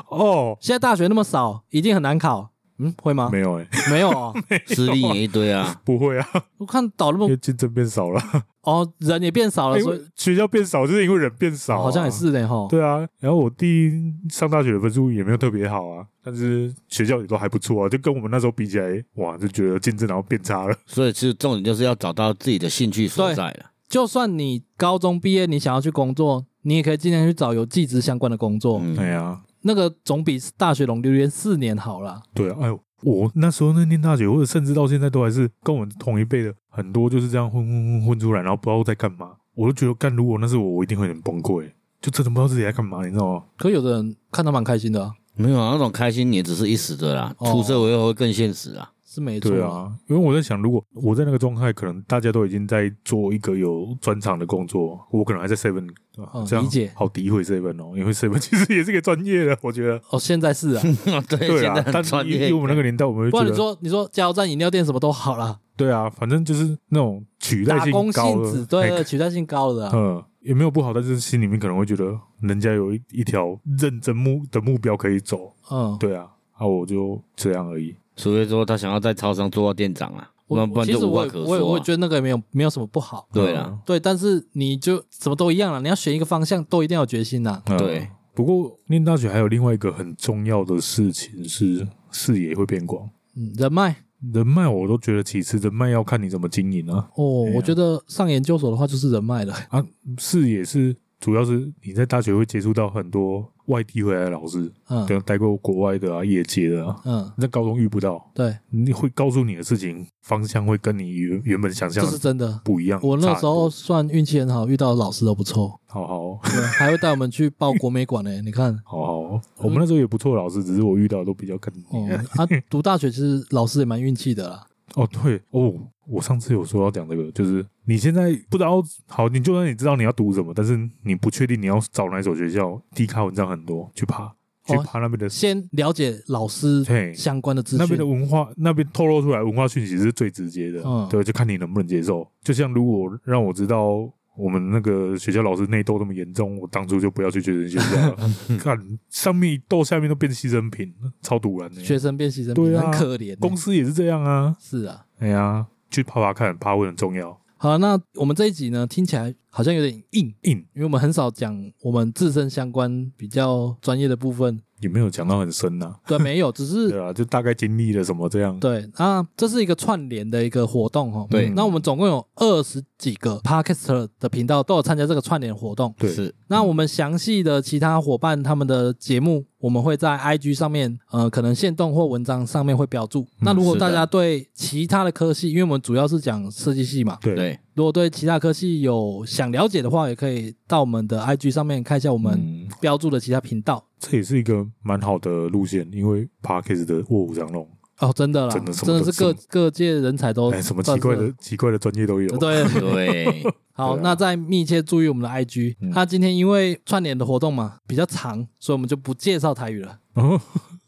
哦，现在大学那么少，一定很难考。嗯，会吗？没有哎、没有哦，私立也一堆啊， (laughs) (laughs) 不会啊，我看倒那因 (laughs) 么为竞争变少了，哦，人也变少了，因所以哦为学校变少，就是因为人变少、啊好像也。是嘞哈。哦对啊，然后我弟上大学的分数也没有特别好啊，但是学校也都还不错啊，就跟我们那时候比起来，哇，就觉得竞争然后 (laughs) 变差了。所以其实重点就是要找到自己的兴趣所对在了。就算你高中毕业，你想要去工作，你也可以尽量去找有技职相关的工作，嗯，对啊，那个总比大学龙榴莲四年好啦。对啊，哎呦，我那时候那念大学，或者甚至到现在都还是跟我们同一辈的，很多就是这样混混混混出来，然后不知道在干嘛。我都觉得，干如果那是我，我一定会很崩溃，就真的不知道自己在干嘛，你知道吗？可有的人看他蛮开心的、啊，没有啊，那种开心也只是一时的啦，哦出社会后会更现实啊。 (laughs) 是没错。对，啊，因为我在想，如果我在那个状态，可能大家都已经在做一个有专长的工作，我可能还在 seven，、嗯啊、这样理解好诋毁 seven 哦，因为 seven 其实也是个专业的， (laughs) 我觉 (laughs) 得。哦，现在是啊，对，对现啊在，很但专因业为。我们那个年代，我们不会然觉你得，说你说加油站、饮料店什么都好啦，对啊，反正就是那种取代打性工高性的质，对 (laughs) 哎对，取代性高的、啊。嗯，也没有不好，但是心里面可能会觉得人家有一一条认真目的目标可以走，嗯，对啊，啊，我就这样而已。除非说他想要在超商做到店长啊，不我然不然其就实无我话也可我也我说也啊觉。得那个也没有没有什么不好。对嗯啦，对，但是你就什么都一样了，你要选一个方向，都一定要有决心呐。嗯对。不过念大学还有另外一个很重要的事情是视野会变广，嗯，人脉人脉我都觉得其次，人脉要看你怎么经营啊。哦，对啊我觉得上研究所的话就是人脉了。啊，视野是主要是你在大学会接触到很多外地回来的老师，嗯对，待过国外的啊，业界的啊，嗯，你在高中遇不到，对，你会告诉你的事情方向会跟你原原本想象这的是真的。不一样。我那时候差算运气很好，遇到的老师都不 (laughs) 错，很多好好哦对还会带我们去报国美馆呢、欸你看，好好哦，我们那时候也不错，老师，只是我遇到的都比较跟 (laughs) 哦，啊，读大学其实老师也蛮运气的啦。哦对哦，我上次有说要讲这个，就是你现在不知道好，你就算你知道你要读什么，但是你不确定你要找哪一所学校，低咖文章很多，去爬去哦爬那边的、先了解老师对相关的资那边的讯，文化，那边透露出来文化讯息是最直接的，嗯对，就看你能不能接受。就像如果让我知道。我们那个学校老师内斗那么严重，我当初就不要去学生学校了。 (laughs) 看上面一斗，下面都变牺牲品，超堵然的、学生变牺牲对品，啊很可怜、欸公司也是这样啊。是啊，哎呀，去爬爬看，爬会很重要。好，那我们这一集呢，听起来好像有点硬，硬因为我们很少讲我们自身相关比较专业的部分，也没有讲到很深呐、对，没有，只是对啊，就大概经历了什么这样。对，那这是一个串联的一个活动哦。对那我们总共有二十几个 podcaster 的频道都有参加这个串联活动。对是那我们详细的其他伙伴他们的节目，我们会在 IG 上面，呃，可能线动或文章上面会标注。嗯那如果是的大家对其他的科系，因为我们主要是讲设计系嘛，对对，如果对其他科系有想了解的话，也可以到我们的 IG 上面看一下我们嗯，标注的其他频道。这也是一个蛮好的路线，因为 p a r k e s 的卧虎藏龙，哦，真的啦，真的什么真的都是各各界人才都哎，什么算奇是怪的奇怪的专业都有。对，对，好，对啊那再密切注意我们的 IG。嗯那今天因为串联的活动嘛比较长，所以我们就不介绍台语了， (laughs) 哦，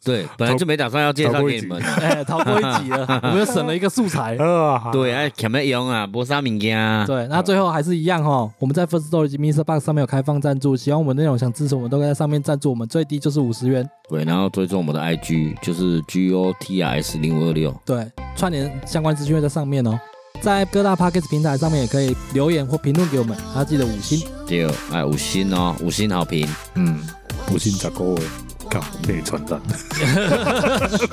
对，本来就没打算要介绍给你们啊。哎，逃过一集 (laughs) 了，我们又省了一个素材。啊，对，哎，看没用啊，没啥物件啊。对，那最后还是一样哈，我们在 First Story 及 Mr. Box 上面有开放赞助，喜欢我们内容想支持我们，都可以在上面赞助，我们最低就是五十元。对，然后追踪我们的 IG 就是 G O T R S 零五二六。对，串联相关资讯会在上面哦，在各大 Podcast 平台上面也可以留言或评论给我们，还要记得五星。对，哎，五星哦，五星好评。嗯，不信咋个位，靠，被传 (laughs) 染。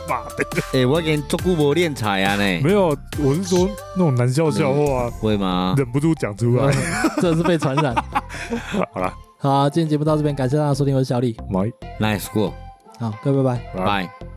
妈的，哎，我已经足久无练才啊呢，没有，我是说那种难笑笑话，会吗？忍不住讲出来。 (laughs) 真的是被传染。 (laughs) 好啦，嗯好，今天节目到这边，感谢大家收听，我是小李，喂， Nice 过，好，各位拜拜。拜拜。